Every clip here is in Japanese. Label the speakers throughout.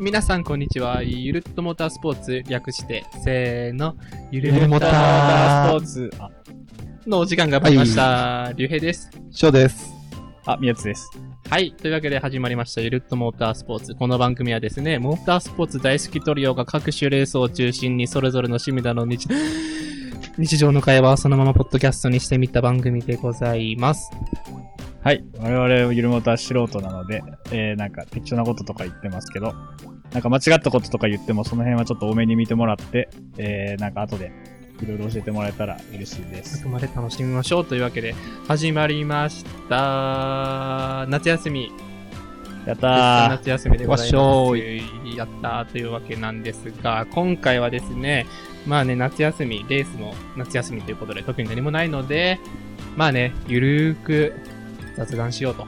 Speaker 1: 皆さん、こんにちは。ゆるっとモータースポーツ、略して、せーの、ゆ
Speaker 2: るモーター
Speaker 1: るモータースポーツあのお時間が来ました。りゅうへいです。
Speaker 2: 翔です。
Speaker 3: あ、宮津です。
Speaker 1: はい。というわけで始まりました、ゆるっとモータースポーツ。この番組はですね、モータースポーツ大好きトリオが各種レースを中心に、それぞれの趣味だの日、 日常の会話をそのままポッドキャストにしてみた番組でございます。
Speaker 3: はい。我々はゆるもた素人なので、えー、なんか適当なこととか言ってますけど、なんか間違ったこととか言っても、その辺はちょっと多めに見てもらって、えー、なんか後でいろいろ教えてもらえたら嬉しいで
Speaker 1: あ
Speaker 3: す。
Speaker 1: くまで楽しみましょうというわけで、始まりました。夏休み。
Speaker 3: やった
Speaker 1: 夏休みでござい
Speaker 2: わ
Speaker 1: ま
Speaker 2: っ
Speaker 1: す。やったーというわけなんですが、今回はですね、まあね、夏休み、レースも夏休みということで特に何もないので、まあね、ゆるーく雑談しようと。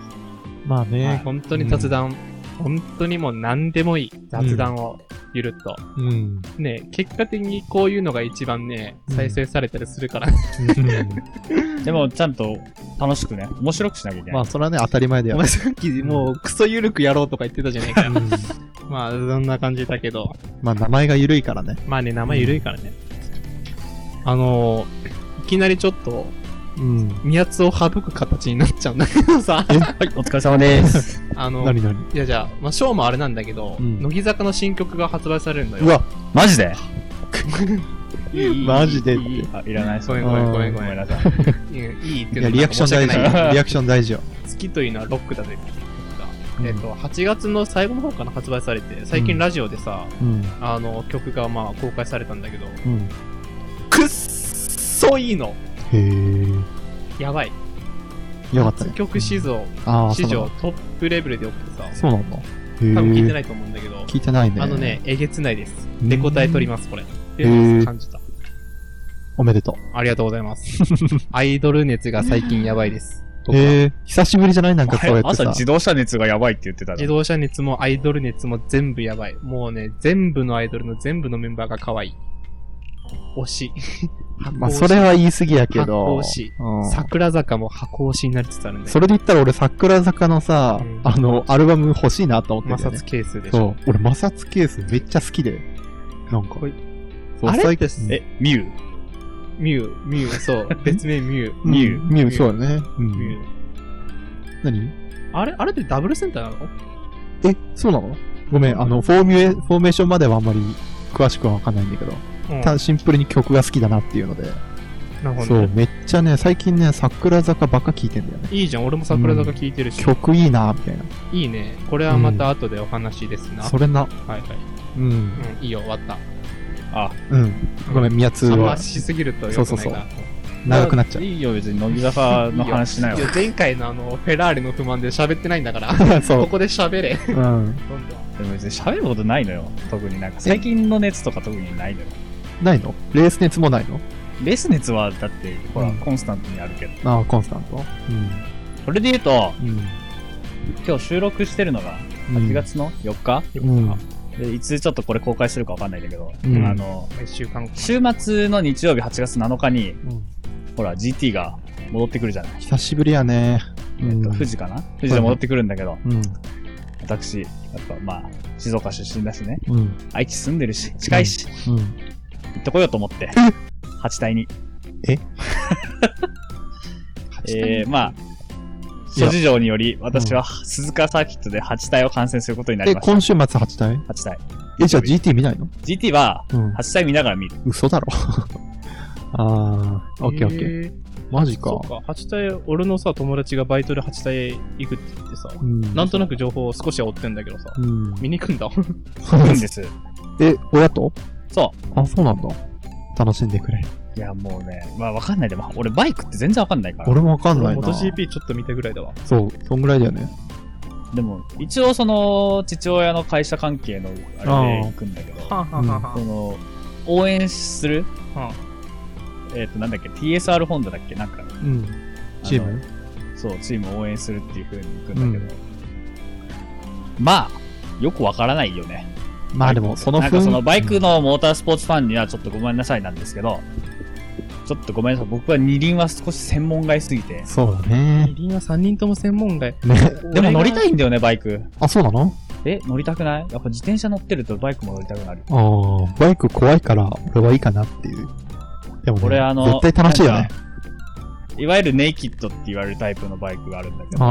Speaker 2: まあね、
Speaker 3: はい
Speaker 1: 本当に雑談、本当にもう何でもいい雑談をゆるっと。
Speaker 2: うん。
Speaker 1: ね、結果的にこういうのが一番ね、
Speaker 2: うん
Speaker 1: 再生されたりする から、
Speaker 3: ーでもちゃんと楽しくね、面白くしなきゃいけない。
Speaker 2: まあ、それはね、当たり前だ
Speaker 1: お
Speaker 2: よ
Speaker 1: 前。さっきもうクソゆるくやろうとか言ってたじゃねえかよ。
Speaker 2: うん
Speaker 1: まあ、そんな感じだけど。
Speaker 2: まあ、名前が緩いからね。
Speaker 1: まあね、名前緩いからね。あのー、いきなりちょっと、
Speaker 2: うん。
Speaker 1: 宮津を省く形になっちゃうんだけどさ、
Speaker 3: はい、お疲れ様です。
Speaker 1: あの、
Speaker 2: なに
Speaker 1: い
Speaker 2: なに
Speaker 1: やじゃあ、まあ、ショーもあれなんだけど、
Speaker 2: うん
Speaker 1: 乃木坂の新曲が発売されるのよ。
Speaker 2: うわ、
Speaker 3: マジで
Speaker 1: いい
Speaker 2: マジでって
Speaker 1: いいいい
Speaker 3: あ、いらない
Speaker 1: ごめんごめんごめんご
Speaker 3: ご
Speaker 1: めん
Speaker 3: めん。なさい。
Speaker 1: いいいいって
Speaker 2: い
Speaker 1: いうの
Speaker 2: や、
Speaker 1: は
Speaker 2: リアクション大
Speaker 1: なんか申し訳ない
Speaker 2: 事。リアクション大事よ。
Speaker 1: 好きというのはロックだぜっていう曲が。
Speaker 2: うん
Speaker 1: えっと、8月の最後の方から発売されて、最
Speaker 2: う
Speaker 1: 近
Speaker 2: ん
Speaker 1: ラジオでさ、
Speaker 2: うん。
Speaker 1: あの、曲がまあ公開されたんだけど、
Speaker 2: うん。
Speaker 1: くっそいいの
Speaker 2: へえ。
Speaker 1: やばい。
Speaker 2: よかったね。
Speaker 1: 曲史上、
Speaker 2: ああ、
Speaker 1: 史
Speaker 2: そう
Speaker 1: 上トップレベルでよくてさ、
Speaker 2: なの。そう
Speaker 1: 多
Speaker 2: な
Speaker 1: 分
Speaker 2: んだ。
Speaker 1: 聞いて
Speaker 2: へ
Speaker 1: な
Speaker 2: え。
Speaker 1: いと思うんだけど、
Speaker 2: 聞いてないね。
Speaker 1: あのね、。えげつないです。
Speaker 2: うん
Speaker 1: で答え取ります、これ。っていうのを感じた。
Speaker 2: おめでと
Speaker 1: ありがとうござい ます。アイドル熱が最近やばいです。
Speaker 2: う。
Speaker 1: 僕は
Speaker 2: へえ。久しぶりじゃないなんかそうやって
Speaker 3: 朝
Speaker 2: さ。
Speaker 3: 自動車熱がやばいって言ってた
Speaker 1: 自
Speaker 3: の。
Speaker 1: 動車熱もアイドル熱も全部やばい。もうね、全部のアイドルの全部のメンバーが可愛い。推し。
Speaker 2: まあ、それは言い過ぎやけど。
Speaker 1: 発行し
Speaker 2: うん
Speaker 1: 桜坂も箱推しになりつつあるんだ
Speaker 2: そ
Speaker 1: よ。
Speaker 2: れで言ったら俺、桜坂のさ
Speaker 1: うん、
Speaker 2: あの、アルバム欲しいなと思って
Speaker 1: 摩
Speaker 2: んだよね
Speaker 1: 擦係数でしょ。
Speaker 2: そう。俺、摩擦ケースめっちゃ好きで。なんか
Speaker 1: こい。
Speaker 2: そう
Speaker 1: あれ
Speaker 2: 最
Speaker 1: って
Speaker 2: 近
Speaker 3: え、ミュウ
Speaker 1: ミュウ、ミュウ、そう。別名ミュウ。
Speaker 2: うん
Speaker 3: ミュ
Speaker 2: ミュ
Speaker 1: ミュ
Speaker 2: ウ、
Speaker 1: ウ
Speaker 2: そうだね。う
Speaker 1: ミ
Speaker 2: ん。
Speaker 1: ュウ。
Speaker 2: 何
Speaker 1: あれあれってダブルセンターなの
Speaker 2: え、そうなのごめん、あの、フォーミュエ、フォーメーションまではあんまり詳しくはわかんないんだけど、
Speaker 1: うん
Speaker 2: ただシンプルに曲が好きだなっていうので、
Speaker 1: なるほど
Speaker 2: そう、
Speaker 1: ね。
Speaker 2: めっちゃね、最近ね、桜坂ばっか聴いてんだよね。
Speaker 1: いいじゃん、俺も桜坂聴いてるし。
Speaker 2: 曲いいなみたいな。
Speaker 1: いいね。これはまた後でお話ですな。
Speaker 2: それな。
Speaker 1: はいはい。
Speaker 2: うん。
Speaker 1: うん、いいよ、終わった。
Speaker 3: あ、
Speaker 2: うん。ごめん、宮津
Speaker 1: あんま
Speaker 2: は
Speaker 1: しすぎると良くないな。
Speaker 2: そうそうそう長くなっちゃう。
Speaker 3: いいよ、別に乃木坂の話しないよ
Speaker 1: や、。前回のあの、フェラーリの不満で喋ってないんだから、
Speaker 2: そ
Speaker 1: こ
Speaker 2: う。
Speaker 1: こで喋れ。
Speaker 2: うん。
Speaker 3: でも別に喋ることないのよ。特になんか最近の熱とか特にないのよ。
Speaker 2: ないのレース熱もないの
Speaker 3: レース熱はだって、ほら、
Speaker 2: うん
Speaker 3: コンスタントにあるけど。
Speaker 2: ああ、コンスタント。
Speaker 3: それで言うと、
Speaker 2: うん。
Speaker 3: 今日収録してるのが
Speaker 2: うん。
Speaker 3: 8月の4日、
Speaker 2: うん。
Speaker 3: でいつちょっとこれ公開するかわかんないんだけど、
Speaker 2: うん
Speaker 3: あの、
Speaker 1: 一週間後。
Speaker 3: 週末の日曜日8月7日に、
Speaker 2: うん
Speaker 3: ほら、GT が戻ってくるじゃない。
Speaker 2: 久しぶりやね。
Speaker 3: えっと、
Speaker 2: うん
Speaker 3: 富士かな富士で戻ってくるんだけど、
Speaker 2: うん。
Speaker 3: 私、やっぱまあ、静岡出身だしね、
Speaker 2: うん。
Speaker 3: 愛知住んでるし、近いし、
Speaker 2: うん。
Speaker 3: 行ってこようと 思って、8対2。えー、まあ、諸事情により、私は鈴鹿サーキットで8体を観戦することになり
Speaker 2: え、
Speaker 3: ました。
Speaker 2: 今週末8体
Speaker 3: 8体。
Speaker 2: え、じゃあ GT 見ないの
Speaker 3: GT は
Speaker 2: うん。
Speaker 3: 8体見ながら見る。
Speaker 2: 嘘だろ。 ああ、オッケーオッケー。
Speaker 1: えー。
Speaker 2: マジ
Speaker 1: そ
Speaker 2: か
Speaker 1: う。か、8体、俺のさ、友達がバイトで8体行くって言ってさ、
Speaker 2: うん
Speaker 1: なんとなく情報を少しは追ってんだけどさ、
Speaker 2: うん。
Speaker 1: 見に行くんだ。
Speaker 3: 行くんです。
Speaker 2: え、親と
Speaker 3: そ
Speaker 2: あ、そうなんだ。楽しんでくれ。
Speaker 3: う。いや、もうね、まあわかんない。でも、俺バイクって全然わかんないから。
Speaker 2: 俺もわかんないな。
Speaker 1: MotoGP ちょっと見たぐらいだわ。
Speaker 2: そう、そんぐらいだよね。
Speaker 3: でも、一応その、父親の会社関係のあれで行くんだけど、
Speaker 1: はんはんはんは
Speaker 3: そ
Speaker 1: ん
Speaker 3: の、応援する、
Speaker 1: は
Speaker 3: えっ、と、なんだっけ、TSR ホンダだっけなんか、
Speaker 2: うん。チーム
Speaker 3: そう、チームを応援するっていう風に行くんだけど、まあ、よくわからないよね。
Speaker 2: まあでも、その
Speaker 3: なんかそのバイク
Speaker 2: の。
Speaker 3: のモータースポーツファンにはちょっとごめんなさいなんですけど、ちょっとごめんなさい。僕は二輪は少し専門外すぎて。
Speaker 2: そうだ
Speaker 1: ん。
Speaker 2: ね
Speaker 1: 二。輪は3人とも専門外。
Speaker 2: ね。
Speaker 3: でも乗りた
Speaker 1: い
Speaker 3: いんだよね、バイク。
Speaker 2: あ、そうなの
Speaker 3: え、乗りたくないやっぱ自転車乗ってるとバイクも乗りたくなる。
Speaker 2: ああ、バイク怖いから、俺はいいかなっていう。でも、ね、
Speaker 3: 俺あの、
Speaker 2: 絶対楽しいよ
Speaker 3: なん
Speaker 2: ね
Speaker 3: か。ねいわゆるネイキッドって言われるタイプのバイクがあるんだけど、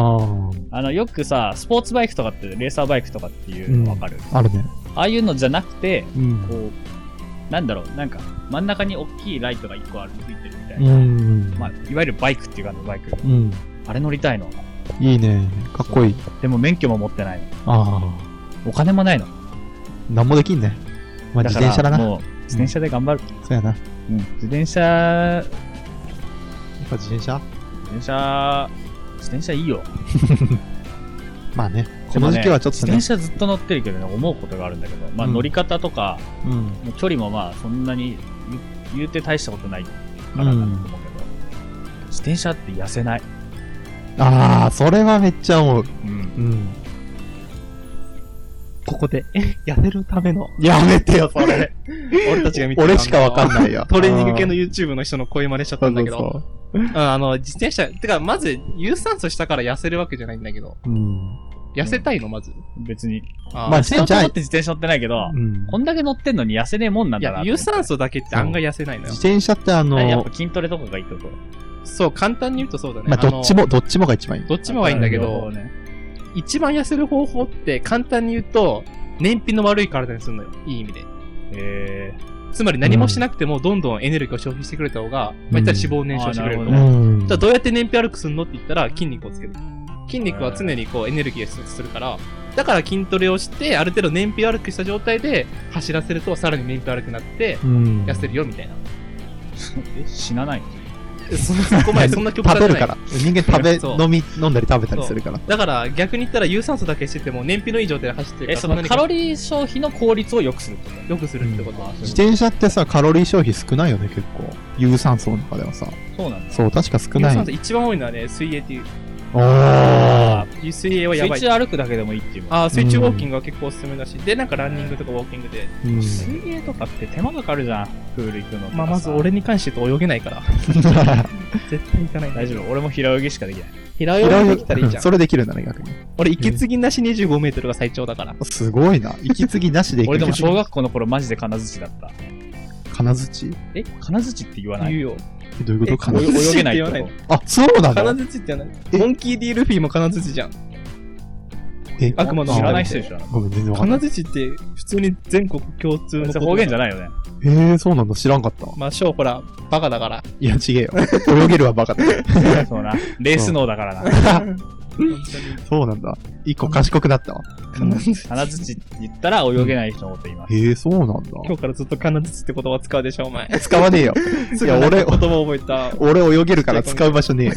Speaker 2: あ
Speaker 3: あの、よくさ、スポーツバイクとかって、レーサーバイクとかっていうのわかる、
Speaker 2: あ、あるね。
Speaker 3: ああいうのじゃなくて、
Speaker 2: うん。
Speaker 3: こう、なんだろう、なんか、真ん中に大きいライトが1個あるついてるみたいな、
Speaker 2: うん。
Speaker 3: まあ、いわゆるバイクっていう感じのバイク。
Speaker 2: うん。
Speaker 3: あれ乗りたいの。
Speaker 2: いいね。かっこいい。
Speaker 3: でも免許も持ってないの。
Speaker 2: ああ。
Speaker 3: お金もないの。
Speaker 2: なんもできんね。まあ、
Speaker 3: だ
Speaker 2: 自
Speaker 3: から
Speaker 2: 転車だな。
Speaker 3: もう、自転車で頑張る。
Speaker 2: そうやな。や
Speaker 3: うん。自転車、
Speaker 2: っぱ自転車
Speaker 3: 自転車、自転車いいよ。
Speaker 2: まあね。
Speaker 3: で
Speaker 2: こ
Speaker 3: も
Speaker 2: の
Speaker 3: ね
Speaker 2: 時期はちょっと
Speaker 3: 自
Speaker 2: ね
Speaker 3: 転。車ずっと乗ってるけどね、思うことがあるんだけど、まあ
Speaker 2: うん
Speaker 3: 乗り方とか、
Speaker 2: うん。
Speaker 3: 距離もまあそんなに言言うて大したことないからなと思うけど、自転車って痩せない。
Speaker 2: ああ、それはめっちゃ思う。
Speaker 3: うん。
Speaker 2: うん。
Speaker 1: ここで、 え痩せるための、
Speaker 2: やめてよ、それ。
Speaker 1: 俺たちが見て
Speaker 2: 俺しかわかん
Speaker 1: い。
Speaker 2: ないよ。
Speaker 1: トレーニング系の YouTube の人の声真似しちゃったんだけ
Speaker 2: そうそ
Speaker 1: ど、
Speaker 2: う
Speaker 1: うんあの、自転車、てか、まず、有酸素したから痩せるわけじゃないんだけど、
Speaker 2: そう。うん。
Speaker 1: 痩せたいの、まず。
Speaker 3: 別に。
Speaker 1: あー
Speaker 2: まあ自
Speaker 3: 自
Speaker 2: 転
Speaker 3: 転
Speaker 2: 車
Speaker 3: 車乗って自転車乗ってないけど、
Speaker 2: うん
Speaker 3: こんだけ乗ってんのに痩せねえもんなん
Speaker 1: い
Speaker 3: だな
Speaker 1: や、
Speaker 3: と思
Speaker 1: 有
Speaker 3: って。
Speaker 1: 酸素だけって案外痩せないのよ
Speaker 2: 自。転車ってあの
Speaker 3: あやっぱ筋トレとかがいいってこと
Speaker 1: そう、簡単に言うとそうだね。
Speaker 2: まあ、
Speaker 1: の
Speaker 2: どっち。も、どっちもが一番いい。
Speaker 1: どっちもがいいんだけ
Speaker 3: なるほ
Speaker 1: ど、
Speaker 3: ね
Speaker 1: 一番痩せる方法って簡単に言うと、燃費の悪い体にするのよ。いい意味で。
Speaker 3: え
Speaker 1: つまり何もしなくてもどんどんエネルギーを消費してくれた方が、まあ言ったら脂肪を燃焼してくれる
Speaker 3: う
Speaker 1: と。
Speaker 3: ん
Speaker 1: じゃ
Speaker 2: ん
Speaker 1: あどうやって燃費悪くするのって言ったら筋肉をつける。筋肉は常にこうエネルギーを出力するから、だから筋トレをして、ある程度燃費悪くした状態で走らせるとさらに燃費悪くなって、
Speaker 2: うん
Speaker 1: 痩せるよみたいな。
Speaker 3: ー、え 死なないの
Speaker 1: そそこま でそんな極端
Speaker 2: 食
Speaker 1: じゃ
Speaker 2: べ
Speaker 1: ない。
Speaker 2: るから。人間食べ、
Speaker 1: そう
Speaker 2: 飲み、飲んだり食べたりするから。
Speaker 1: だから逆に言ったら有酸素だけしてても燃費のいい状態で走ってるから
Speaker 3: え、その
Speaker 1: んなに
Speaker 3: カロリー消費の効率を良くするってこと
Speaker 1: 良くするってことは、
Speaker 2: 自転車ってさ、カロリー消費少ないよね、結構。有酸素の中ではさ。
Speaker 3: そうなんだ。
Speaker 2: そう、確か少
Speaker 1: 有
Speaker 2: ない。
Speaker 1: 酸素一番多いのはね、水泳っていう。
Speaker 2: おー。
Speaker 1: 水泳はやばい
Speaker 3: 水。中歩くだけでもいいっていうもん。
Speaker 1: ああ、水中ウォーキングは結構おすすめだし、で、なんかランニングとかウォーキングで。
Speaker 2: うん
Speaker 3: 水泳とかって手間がかかるじゃん。プール行くのとかさ。
Speaker 1: まあ、まず俺に関して言うと泳げないから。絶対行かない。
Speaker 3: 大丈夫。俺も平泳ぎしかできない。
Speaker 1: 平泳ぎできたらいいじゃん。
Speaker 2: それできるんだね、逆に。
Speaker 1: 俺、息継ぎなし25メートルが最長だから。
Speaker 2: すごいな。息継ぎなしでいける。
Speaker 3: 俺でも小学校の頃マジで金槌だった。
Speaker 2: 金槌
Speaker 3: え金槌って言わな
Speaker 1: 言う
Speaker 3: い
Speaker 1: よ。
Speaker 2: えどういうこと
Speaker 1: え
Speaker 2: 金
Speaker 3: 泳
Speaker 2: 槌
Speaker 1: お
Speaker 3: 泳げないって
Speaker 1: 金槌って言わ
Speaker 3: こ
Speaker 1: な
Speaker 2: あ、そうなん
Speaker 1: 金
Speaker 2: だ。
Speaker 1: 槌ってない
Speaker 2: え
Speaker 1: モンキー D ルフィも金槌じゃん。
Speaker 2: え
Speaker 1: あ悪魔
Speaker 3: と
Speaker 1: の
Speaker 3: 知らない
Speaker 2: あ
Speaker 3: 人でしょあの
Speaker 2: ごめん、全然わかんな
Speaker 1: 金槌って普通に全国共通の
Speaker 3: それ方言じゃ
Speaker 1: ない
Speaker 3: ないよね。
Speaker 2: い。えー、そうなんだ。知らんかった。
Speaker 1: まあ、ショーほら、バカだから。
Speaker 2: いや、ちげえよ。泳げるはバカだ。
Speaker 3: そうな。レース脳だから な。
Speaker 2: そうなんだ。一個賢くなったわ。
Speaker 1: 金槌。
Speaker 3: 金槌って言ったら泳げない人のこと言います。
Speaker 2: ええそうなんだ。
Speaker 1: 今日からずっと金槌って言葉使うでしょ、お 前。
Speaker 2: 使わねえよ。いや、俺、
Speaker 1: 言葉覚えた。
Speaker 2: 俺泳げるから使う場所ねえよ。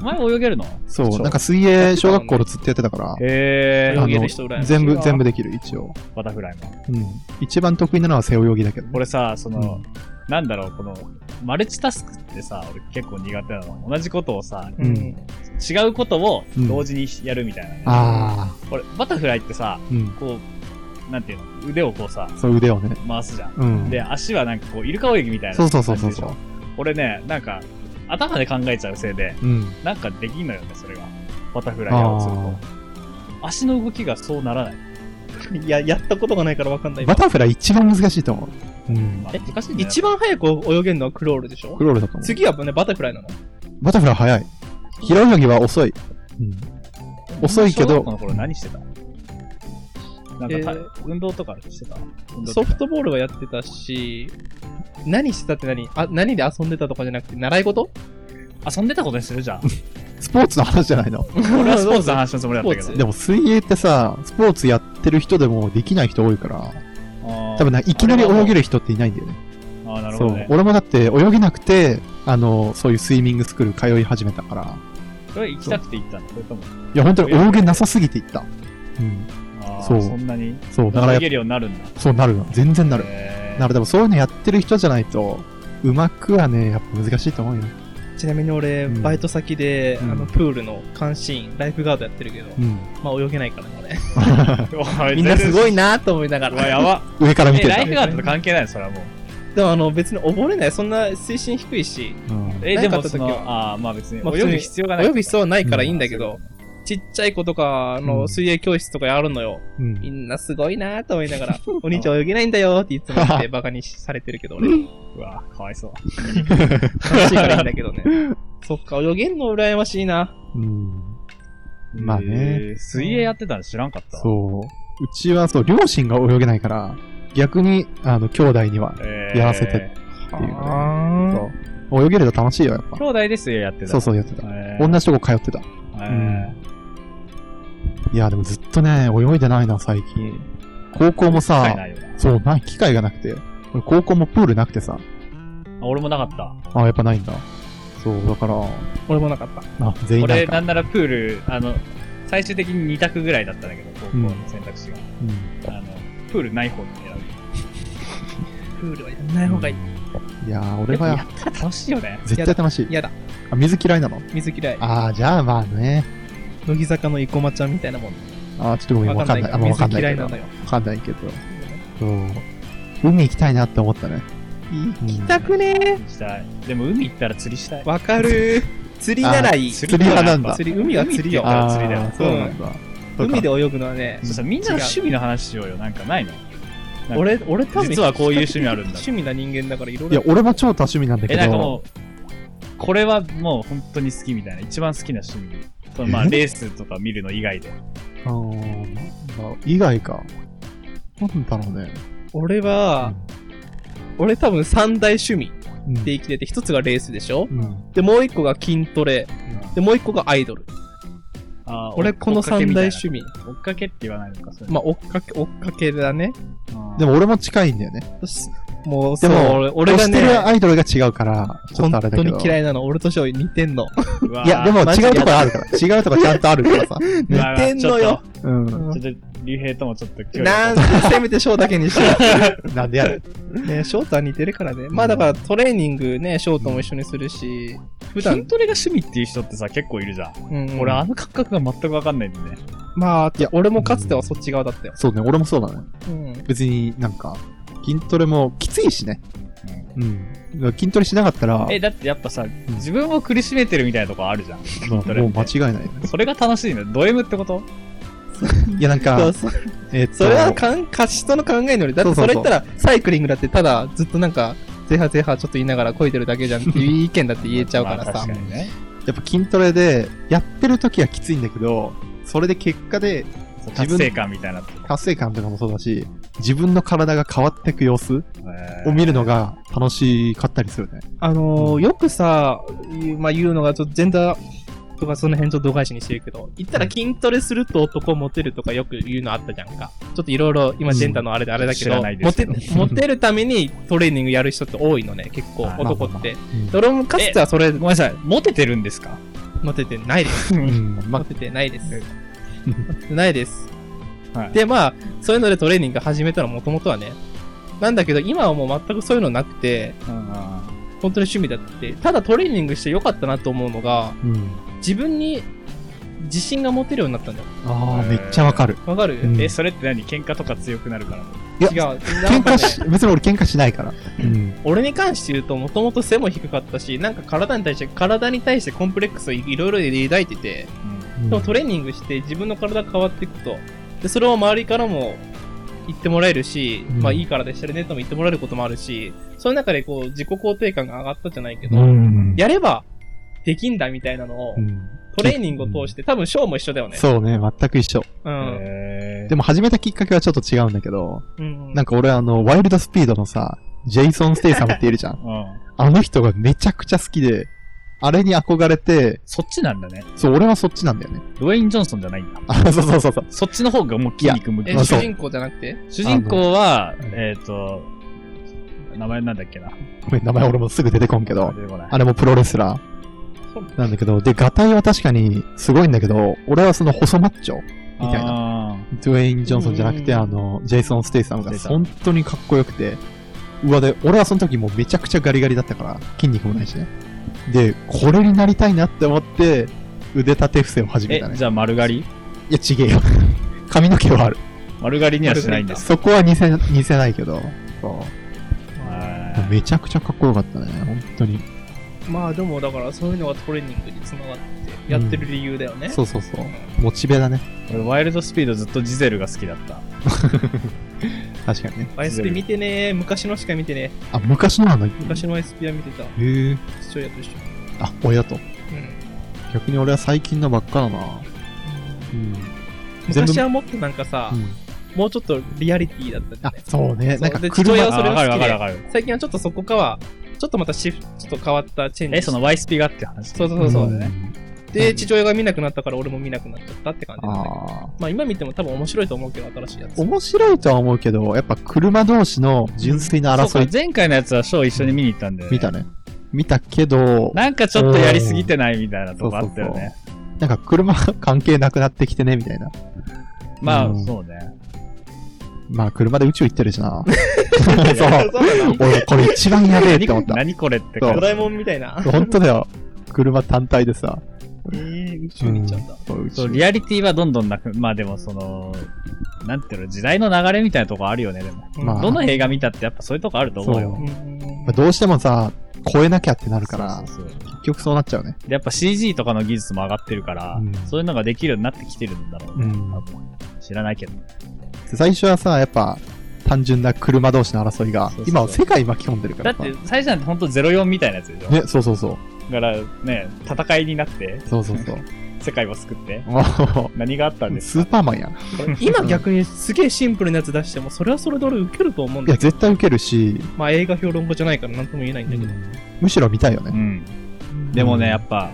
Speaker 3: お前泳げるの
Speaker 2: そう、なんか水泳、小学校のずっとやってたから、
Speaker 3: へ
Speaker 2: あ
Speaker 1: 泳
Speaker 3: ー。
Speaker 1: げ
Speaker 2: の
Speaker 1: る人羨ましい
Speaker 2: 全部、全部できる、一応。
Speaker 3: バタフライも。
Speaker 2: うん。一番得意なのは背泳ぎだけどね。
Speaker 3: 俺さ、そうの
Speaker 2: ん、
Speaker 3: なんだろう、この、マルチタスクってさ、俺結構苦手なの。同じことをさ、
Speaker 2: うん
Speaker 3: 違うことを
Speaker 2: うん
Speaker 3: 同時にやるみたいなね。
Speaker 2: あ
Speaker 3: 俺、バタフライってさ、
Speaker 2: ー、うん。
Speaker 3: こう、なんていうの、腕をこうさ、
Speaker 2: そう、腕をね。
Speaker 3: 回すじゃん。
Speaker 2: うん。
Speaker 3: で、足はなんかこう、イルカ泳ぎみたいな。
Speaker 2: そうそうそうそうそう。。
Speaker 3: 俺ね、なんか、頭で考えちゃうせいで、
Speaker 2: うん。
Speaker 3: なんかできんのよね、それが。バタフライやろうとする
Speaker 2: あ
Speaker 3: と。足の動きがそうならない。
Speaker 1: いや、やったことがないからわかんな
Speaker 2: ー
Speaker 1: い。
Speaker 2: バタフライ一番難しいと思う。うん。
Speaker 3: まあ
Speaker 1: え
Speaker 3: 難しいんだよ
Speaker 1: 一番早く泳げるのはクロールでしょ
Speaker 2: クロールだと思う。
Speaker 1: 次はね、バタフライなの。
Speaker 2: バタフライ早い。平泳ぎは遅い。うん。遅いけど
Speaker 3: 小学校の頃何してたなんか、
Speaker 1: えー
Speaker 3: た運動とかしてた運動と
Speaker 1: ソ
Speaker 3: か
Speaker 1: フトボールはやってたし、何してたって何あ、何で遊んでたとかじゃなくて、習い 事
Speaker 3: 遊んでたことにするじゃん。
Speaker 2: スポーツの話じゃないの。
Speaker 3: 俺はスポーツの話のつもりだった け
Speaker 1: スポー
Speaker 3: ど
Speaker 1: ツ。
Speaker 2: でも水泳ってさ、スポーツやってる人でもできない人多いから、
Speaker 3: あー
Speaker 2: 多分な、いきなり泳げる人っていないんだよね。
Speaker 3: あー、なるほ
Speaker 2: そ
Speaker 3: ど
Speaker 2: う
Speaker 3: ね。。
Speaker 2: 俺もだって泳げなくて、あの、そういうスイミングスクール通い始めたから、
Speaker 3: それ行きたくて行ったのそれとも。
Speaker 2: いや、本当に泳げなさすぎていった。うん。
Speaker 3: あー
Speaker 2: そう
Speaker 3: そんなに。
Speaker 2: そう、だからや
Speaker 3: 泳
Speaker 2: っ
Speaker 3: げるようになるんだ。
Speaker 2: ぱ、そうなるの。全然なる。
Speaker 3: へー
Speaker 2: なる。でもそういうのやってる人じゃないと、うまくはね、やっぱ難しいと思うよ。
Speaker 1: ちなみに俺、
Speaker 2: うん
Speaker 1: バイト先で、
Speaker 2: うん
Speaker 1: あの、プールの監視員、ライフガードやってるけど、
Speaker 2: うん。
Speaker 1: まあ泳げないからね、
Speaker 3: お
Speaker 1: 俺。
Speaker 3: い
Speaker 1: みんなすごい
Speaker 3: 全然
Speaker 1: なと思いなが
Speaker 3: う わ、
Speaker 1: ら。
Speaker 3: やば。
Speaker 2: 上から見
Speaker 3: え、
Speaker 2: て
Speaker 3: ライ
Speaker 2: る。
Speaker 3: フガードと関係ないのそれはもう。
Speaker 1: でもあの、別に溺れない。そんな水深低いし、
Speaker 2: うん
Speaker 3: え、
Speaker 1: な
Speaker 3: で
Speaker 1: んかあっ
Speaker 3: も
Speaker 1: た時
Speaker 3: その
Speaker 1: は、
Speaker 3: ああー、まあ別に
Speaker 1: まあ
Speaker 3: 泳ぐ必要がない。
Speaker 1: 泳ぐ必要はないから
Speaker 2: うん
Speaker 1: いいんだけど、ちっちゃい子とか
Speaker 2: う
Speaker 1: の
Speaker 2: ん
Speaker 1: 水泳教室とかやるのよ。
Speaker 2: うん
Speaker 1: み。んなすごいなと思いなが ら、お兄ちゃん泳げないんだよっていつも言ってバカにされてるけど、俺。
Speaker 3: うわ、かわいそう。
Speaker 1: 楽しいからいいんだけ どね。そっか、泳げんの羨ましいな。
Speaker 2: うん。まあね
Speaker 3: えー水泳やってたの知らんかった。う。
Speaker 2: そう。うちはそう、両親が泳げないから、逆に、あの、兄弟には、
Speaker 3: え
Speaker 2: やらせて
Speaker 3: て
Speaker 2: っていうね。
Speaker 1: あ
Speaker 2: そう。泳げると楽しいよ、やっぱ
Speaker 3: 兄。弟で水泳やってた。
Speaker 2: そうそう、やってた。
Speaker 3: えー。
Speaker 2: 同じとこ通ってた。
Speaker 3: え
Speaker 2: いや、でもずっとね、泳いでないな、最近。高校も
Speaker 3: ー。機会
Speaker 2: さ
Speaker 3: な、いよな
Speaker 2: そう、ない、機会がなくて。俺高校もプールなくてさ。
Speaker 3: あ俺もなかった。
Speaker 2: あ、やっぱないんだ。そう、だから、
Speaker 1: 俺もなかった。
Speaker 2: あ、全員な
Speaker 3: 俺、
Speaker 2: いか。
Speaker 3: なんならプール、あの、最終的に2択ぐらいだったんだけど、高校の選択肢が。
Speaker 2: うん
Speaker 3: あの、プールない方に選
Speaker 1: プールはやんない方がいい。
Speaker 2: いやー、俺
Speaker 3: ぶ。
Speaker 2: は、
Speaker 3: ったら楽しいよね。
Speaker 2: 絶対楽しい。
Speaker 1: やだ。
Speaker 2: あ、水嫌いなの
Speaker 1: 水嫌い。
Speaker 2: あー、じゃあまあね。
Speaker 1: 乃木坂の生駒ちゃんみたいなもん。
Speaker 2: あー、ちょっとごめん、わ
Speaker 1: わか
Speaker 2: かん
Speaker 1: ん
Speaker 2: な。
Speaker 1: ないい
Speaker 2: あ
Speaker 1: から
Speaker 2: んまわかん
Speaker 1: 水
Speaker 2: ない
Speaker 1: 嫌
Speaker 2: け
Speaker 1: い
Speaker 2: ど。
Speaker 1: な
Speaker 2: わ
Speaker 1: のよ。
Speaker 2: かんないけど。そう。海行きたいなって思ったね。
Speaker 1: 行きたくね
Speaker 3: したい。でも海行ったら釣りしたい
Speaker 1: ー。。わかるー。釣りならいい。
Speaker 2: 釣り派なんだ。
Speaker 1: 釣り、海は釣りよ。
Speaker 3: 海って言ったら釣りだよ
Speaker 2: あーそうなんだ。そうか
Speaker 1: 海で泳ぐのはね
Speaker 3: そ、うさ、みんなの趣味の話しようよ。なんかないのなんか
Speaker 1: 俺、俺多分
Speaker 3: 実はこういう趣味あるんだ
Speaker 1: 趣味な人間だからいろい
Speaker 2: いや
Speaker 1: ろ、。
Speaker 2: 俺も超多趣味なんだけ
Speaker 3: え、
Speaker 2: ど。
Speaker 3: なんかもう、これはもう本当に好きみたいな。一番好きな趣味。そのまあ、
Speaker 2: え
Speaker 3: レースとか見るの以外で。
Speaker 2: あーなんだ以外か。なんだろうね。
Speaker 1: 俺は、俺多分三大趣味って生きてて、一つがレースでしょ
Speaker 2: うん。うん。
Speaker 1: で、もう一個が筋トレ。で、もう一個がアイドル。
Speaker 3: あー
Speaker 1: 俺この三大趣
Speaker 3: 追っかけみ
Speaker 1: 味。
Speaker 3: たいな追っかけって言わないのか、それ。
Speaker 1: まあ、追っかけ、追っかけだね。
Speaker 3: あー
Speaker 2: でも俺も近いんだよね。
Speaker 1: 私もう、
Speaker 2: で
Speaker 1: そう、
Speaker 2: も、
Speaker 1: 俺俺が
Speaker 2: 推してる
Speaker 1: ね、
Speaker 2: アイドルが違うから、ちょ
Speaker 1: 本
Speaker 2: っとあれだ
Speaker 1: 当
Speaker 2: けど。
Speaker 1: に嫌いなの。俺と翔似て んの。
Speaker 3: うわー
Speaker 2: いや、でも
Speaker 1: マジ
Speaker 2: 違
Speaker 1: で
Speaker 2: うところあるから。違うところちゃんとあるからさ。
Speaker 3: うわー
Speaker 1: 似てんのよ。
Speaker 2: うん。
Speaker 3: ちょっと、ちょっと竜兵ともちょっと距離
Speaker 1: なんで、せめて翔だけにしよ
Speaker 2: なんでやる
Speaker 1: う。ね、翔とは似てるからね。まあだからトレーニングね、翔とも一緒にするし、普段
Speaker 3: 筋、トレが趣味っていう人ってさ、結構いるじゃん。
Speaker 1: うん
Speaker 3: 俺、あの感覚が全くわかんないんだね。
Speaker 1: まあ、いや、俺もかつてはそっち側だったよ。
Speaker 2: そうね、俺もそうだね。
Speaker 1: うん。
Speaker 2: 別になんか、筋トレもきついしね。うん。筋トレしなかったら、
Speaker 3: え、だってやっぱさ、自分を苦しめてるみたいなとこあるじゃん。
Speaker 2: まあ
Speaker 3: トレ
Speaker 2: もう間違いないよね。
Speaker 3: それが楽しいの。ド M ってこと
Speaker 2: いや、なん
Speaker 1: そう
Speaker 2: か、
Speaker 1: そ
Speaker 2: えっと、
Speaker 1: それはかん、か人の考えのより、だって
Speaker 2: そう
Speaker 1: そ
Speaker 2: そ
Speaker 1: れ
Speaker 2: う
Speaker 1: 言
Speaker 2: そ
Speaker 1: っ
Speaker 2: う
Speaker 1: たら、サイクリングだって、ただ、ずっとなんか、ぜはぜはちょっと言いながら漕いでるだけじゃんっていう意見だって言えちゃうから
Speaker 3: まあ
Speaker 1: さ
Speaker 3: 確。かにね。
Speaker 2: やっぱ筋トレで、やってる時はきついんだけど、それで結果で
Speaker 3: そう
Speaker 2: 自分
Speaker 3: 達成感みたいなとこ。
Speaker 2: 達成感とかもそうだし、自分の体が変わっていく様子
Speaker 3: え
Speaker 2: を
Speaker 3: ー
Speaker 2: 見るのが楽しかったりするね。
Speaker 1: あのーよくさ、言うまあ、言うのが、ちょっとジェンダーとかその辺ちょっと度外視にしてるけど、言ったら筋トレすると男モテるとかよく言うのあったじゃんか。ちょっといろいろ、今ジェンダーのあれであれだけ
Speaker 3: 知
Speaker 1: ど、
Speaker 3: らないで
Speaker 1: モ
Speaker 3: すけ
Speaker 1: テ、
Speaker 3: ど
Speaker 1: モテるためにトレーニングやる人って多いのね、結構、
Speaker 3: あー
Speaker 1: 男
Speaker 2: まあ
Speaker 1: っ
Speaker 2: ま
Speaker 1: て。で俺もかつてはそれ、
Speaker 3: ごめんなさい、モテてるんですか
Speaker 1: モテてないです。
Speaker 2: うん。
Speaker 1: 持
Speaker 2: まあ
Speaker 1: っ、ててないです
Speaker 3: え。
Speaker 1: ないです。
Speaker 3: はい
Speaker 1: で、まあ、そういうのでトレーニング始めたのもともとはね。なんだけど、今はもう全くそういうのなくて、
Speaker 3: うん
Speaker 1: 本当に趣味だって。ただトレーニングしてよかったなと思うのが、
Speaker 2: うん。
Speaker 1: 自分に自信が持てるようになったんだよ。
Speaker 2: ああ、めっちゃわかる。
Speaker 1: わかる、
Speaker 2: うん
Speaker 3: え、それって何喧嘩とか強くなるから
Speaker 2: い
Speaker 1: 違う。
Speaker 2: や、
Speaker 1: なん
Speaker 2: 喧
Speaker 1: か
Speaker 2: 嘩
Speaker 1: ね、
Speaker 2: し、別に俺喧嘩しないから。うん。
Speaker 1: 俺に関して言うと、もともと背も低かったし、なんか体に対して、体に対してコンプレックスをいろいろ抱いてて、でもトレーニングして自分の体が変わっていくと。で、それを周りからも言ってもらえるし、
Speaker 2: うん
Speaker 1: まあいい体してるねとも言ってもらえることもあるし、その中でこう自己肯定感が上がったじゃないけど、
Speaker 2: うん。
Speaker 1: やればできんだみたいなのを
Speaker 2: う、ん
Speaker 1: トレーニングを通して、多分ショーも一緒だよね。
Speaker 2: そうね、全く一緒。
Speaker 1: う
Speaker 3: うん
Speaker 1: ん。
Speaker 3: へー
Speaker 2: でも始めたきっかけはちょっと違うんだけど、
Speaker 1: うん。
Speaker 2: なんか俺あの、ワイルドスピードのさ、ジェイソン・ステイサムっているじ ゃん。
Speaker 3: うん
Speaker 2: あの人がめちゃくちゃ好きで、あれに憧れて、
Speaker 3: そっちなんだね。
Speaker 2: そう、俺はそっちなんだよね。
Speaker 3: ドウェイン・ジョンソンじゃないんだ。
Speaker 2: あ、そうそうそうそう。
Speaker 3: そっちの方がもう筋肉むき
Speaker 1: え、
Speaker 2: まあ
Speaker 3: 主
Speaker 2: そう
Speaker 1: 主人公じゃなくて
Speaker 3: 主人公は
Speaker 2: あの、
Speaker 3: えっと、名前なんだっけな。
Speaker 2: ごめん、名前俺もすぐ出てこんけど。
Speaker 3: 出てこない
Speaker 2: あれもプロレスラ
Speaker 1: そう
Speaker 2: ーなんだけど、で、ガタイは確かにすごいんだけど、俺はその細マッチョみたいな。
Speaker 3: な。
Speaker 2: ドゥエイン・ジョンソンじゃなくて、
Speaker 1: うん
Speaker 2: あの、ジェイソン・ステイサムが
Speaker 3: ステイサム
Speaker 2: 本当にかっこよくて、うわ、で、俺はその時もうめちゃくちゃガリガリだったから、筋肉もないしね。で、これになりたいなって思って、腕立て伏せを始め
Speaker 3: え
Speaker 2: た、ね。
Speaker 3: じゃあ丸刈り
Speaker 2: いや、ちげえよ。 髪の毛はある。
Speaker 3: 丸刈りにはしないんです。
Speaker 2: そこは似せ、似せないけど、そう
Speaker 3: はい
Speaker 2: めちゃくちゃかっこよかったね、本当に。
Speaker 1: まあでもだからそういうのがトレーニングにつながってやってる理由だよね、
Speaker 2: そうそうそう。モチベだね。
Speaker 3: 俺、ワイルドスピードずっとジゼルが好きだった。
Speaker 2: 確かにね。
Speaker 1: ISP 見てねー昔のしか見てね
Speaker 2: あ、昔のあの、へ
Speaker 1: ー昔の ISP は見てた
Speaker 2: え。
Speaker 1: 父親と一緒
Speaker 2: あ、親と。
Speaker 1: うん
Speaker 2: 逆に俺は最近のばっかだな。うん。全部
Speaker 1: 昔はもっとなんかさ、
Speaker 2: うん
Speaker 1: もうちょっとリアリティだったじゃ
Speaker 2: あ
Speaker 1: ない、
Speaker 2: そうね。
Speaker 1: そう
Speaker 2: なんか
Speaker 1: で
Speaker 2: 車
Speaker 1: 父親
Speaker 2: が
Speaker 1: はそれ
Speaker 3: あわか
Speaker 1: 好
Speaker 3: るわ
Speaker 1: きで
Speaker 3: かるわかる。
Speaker 1: 最近はちょっとそこかはちょっとまたシフトちょっと変わったチェンジ
Speaker 3: え、そのワイスピがって話
Speaker 1: そうそうそうそ
Speaker 3: だね。
Speaker 1: うで父親が見なくなったから俺も見なくなっちゃったって感じなんだけど
Speaker 2: ああ。
Speaker 1: まあ今見ても多分面白いと思うけど新しいやつ
Speaker 2: 面白いとは思うけど、やっぱ車同士の純粋な
Speaker 3: そ
Speaker 2: 争
Speaker 3: うか
Speaker 2: い、
Speaker 3: 前回のやつはショー一緒に見に行ったんだよね。
Speaker 2: 見たね。見たけど、
Speaker 3: なんかちょっとやりすぎてないみたいなとこあったよね。
Speaker 2: なんか車関係なくなってきてね、みたいな。
Speaker 3: まあ、
Speaker 2: うん
Speaker 3: そうね。
Speaker 2: まあ、車で宇宙行ってるしな。
Speaker 1: そ
Speaker 2: そうう。
Speaker 1: だな
Speaker 2: 俺、これ一番やべえって 思っ
Speaker 3: 何これって
Speaker 2: そう
Speaker 1: ド
Speaker 3: 感じ
Speaker 1: ラえもんみたいな。
Speaker 2: た。本当だよ。車単体でさ。
Speaker 1: えー、宇宙に行っちゃうんだ。
Speaker 2: そう、宇
Speaker 3: そう、
Speaker 2: 宙。
Speaker 3: リアリティはどんどんなく、まあでもその、なんていうの、時代の流れみたいなとこあるよね、でも。
Speaker 2: まあ
Speaker 3: どの映画見たってやっぱそういうとこあると思う
Speaker 2: そ
Speaker 3: よ。
Speaker 2: まあどうしてもさ、超えなきゃってなるから、
Speaker 3: そうそうそう
Speaker 2: 結局そうなっちゃうね。
Speaker 3: でやっぱ CG とかの技術も上がってるから、
Speaker 2: うん
Speaker 3: そういうのができるようになってきてるんだろうね。
Speaker 2: うん
Speaker 3: 多分知らないけど。
Speaker 2: 最初はさ、やっぱ、単純な車同士の争いが
Speaker 3: そうそう、そう
Speaker 2: 今は世界巻き込んでるか
Speaker 3: だ
Speaker 2: ら
Speaker 3: っ
Speaker 2: さ。
Speaker 3: て、最初なんてほんと04みたいなやつでしょ、
Speaker 2: ね、そうそうそう。
Speaker 3: だからね、戦いになって、
Speaker 2: そうそう そう。
Speaker 3: 世界を救って、
Speaker 2: も
Speaker 3: 何があったん
Speaker 2: う、
Speaker 3: です
Speaker 2: スーパーマンやん。
Speaker 1: これ今逆にすげえシンプルなやつ出しても、それはそれで俺受けると思うん
Speaker 2: い
Speaker 1: だ
Speaker 2: や、
Speaker 1: けど。
Speaker 2: 絶対受けるし、
Speaker 1: まあ映画評論家じゃないから何とも言えないんだけど。
Speaker 2: むしろ見たいよ
Speaker 3: う
Speaker 2: ね。
Speaker 3: ん。でもね、やっぱ、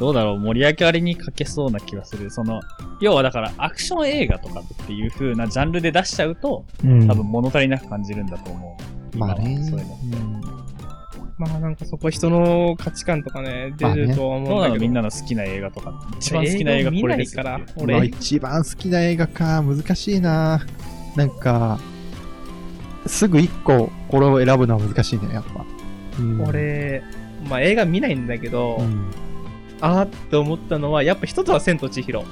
Speaker 3: どうだろう、盛り上がりに欠けそうな気がする。その、要はだから、アクション映画とかっていう風なジャンルで出しちゃうと、
Speaker 2: うん
Speaker 3: 多分物足りなく感じるんだと思う。
Speaker 2: まあね
Speaker 3: 今はそういうの。
Speaker 1: まあなんかそこは人の価値観とかね、出るとは思
Speaker 3: ど
Speaker 1: う
Speaker 3: うんな
Speaker 1: だ
Speaker 3: の
Speaker 1: けど。
Speaker 3: みんなの好きな映画とか。一番好きな映画これです
Speaker 1: 映画見ないから
Speaker 2: 俺、まあ
Speaker 1: 俺
Speaker 2: 一番好きな映画か、難しいな。なんか、すぐ一個、これを選ぶのは難しいね、やっぱ。うん、
Speaker 1: 俺、まあ映画見ないんだけど、
Speaker 2: うん、
Speaker 1: あーって思ったのは、やっぱ一つは千と千尋。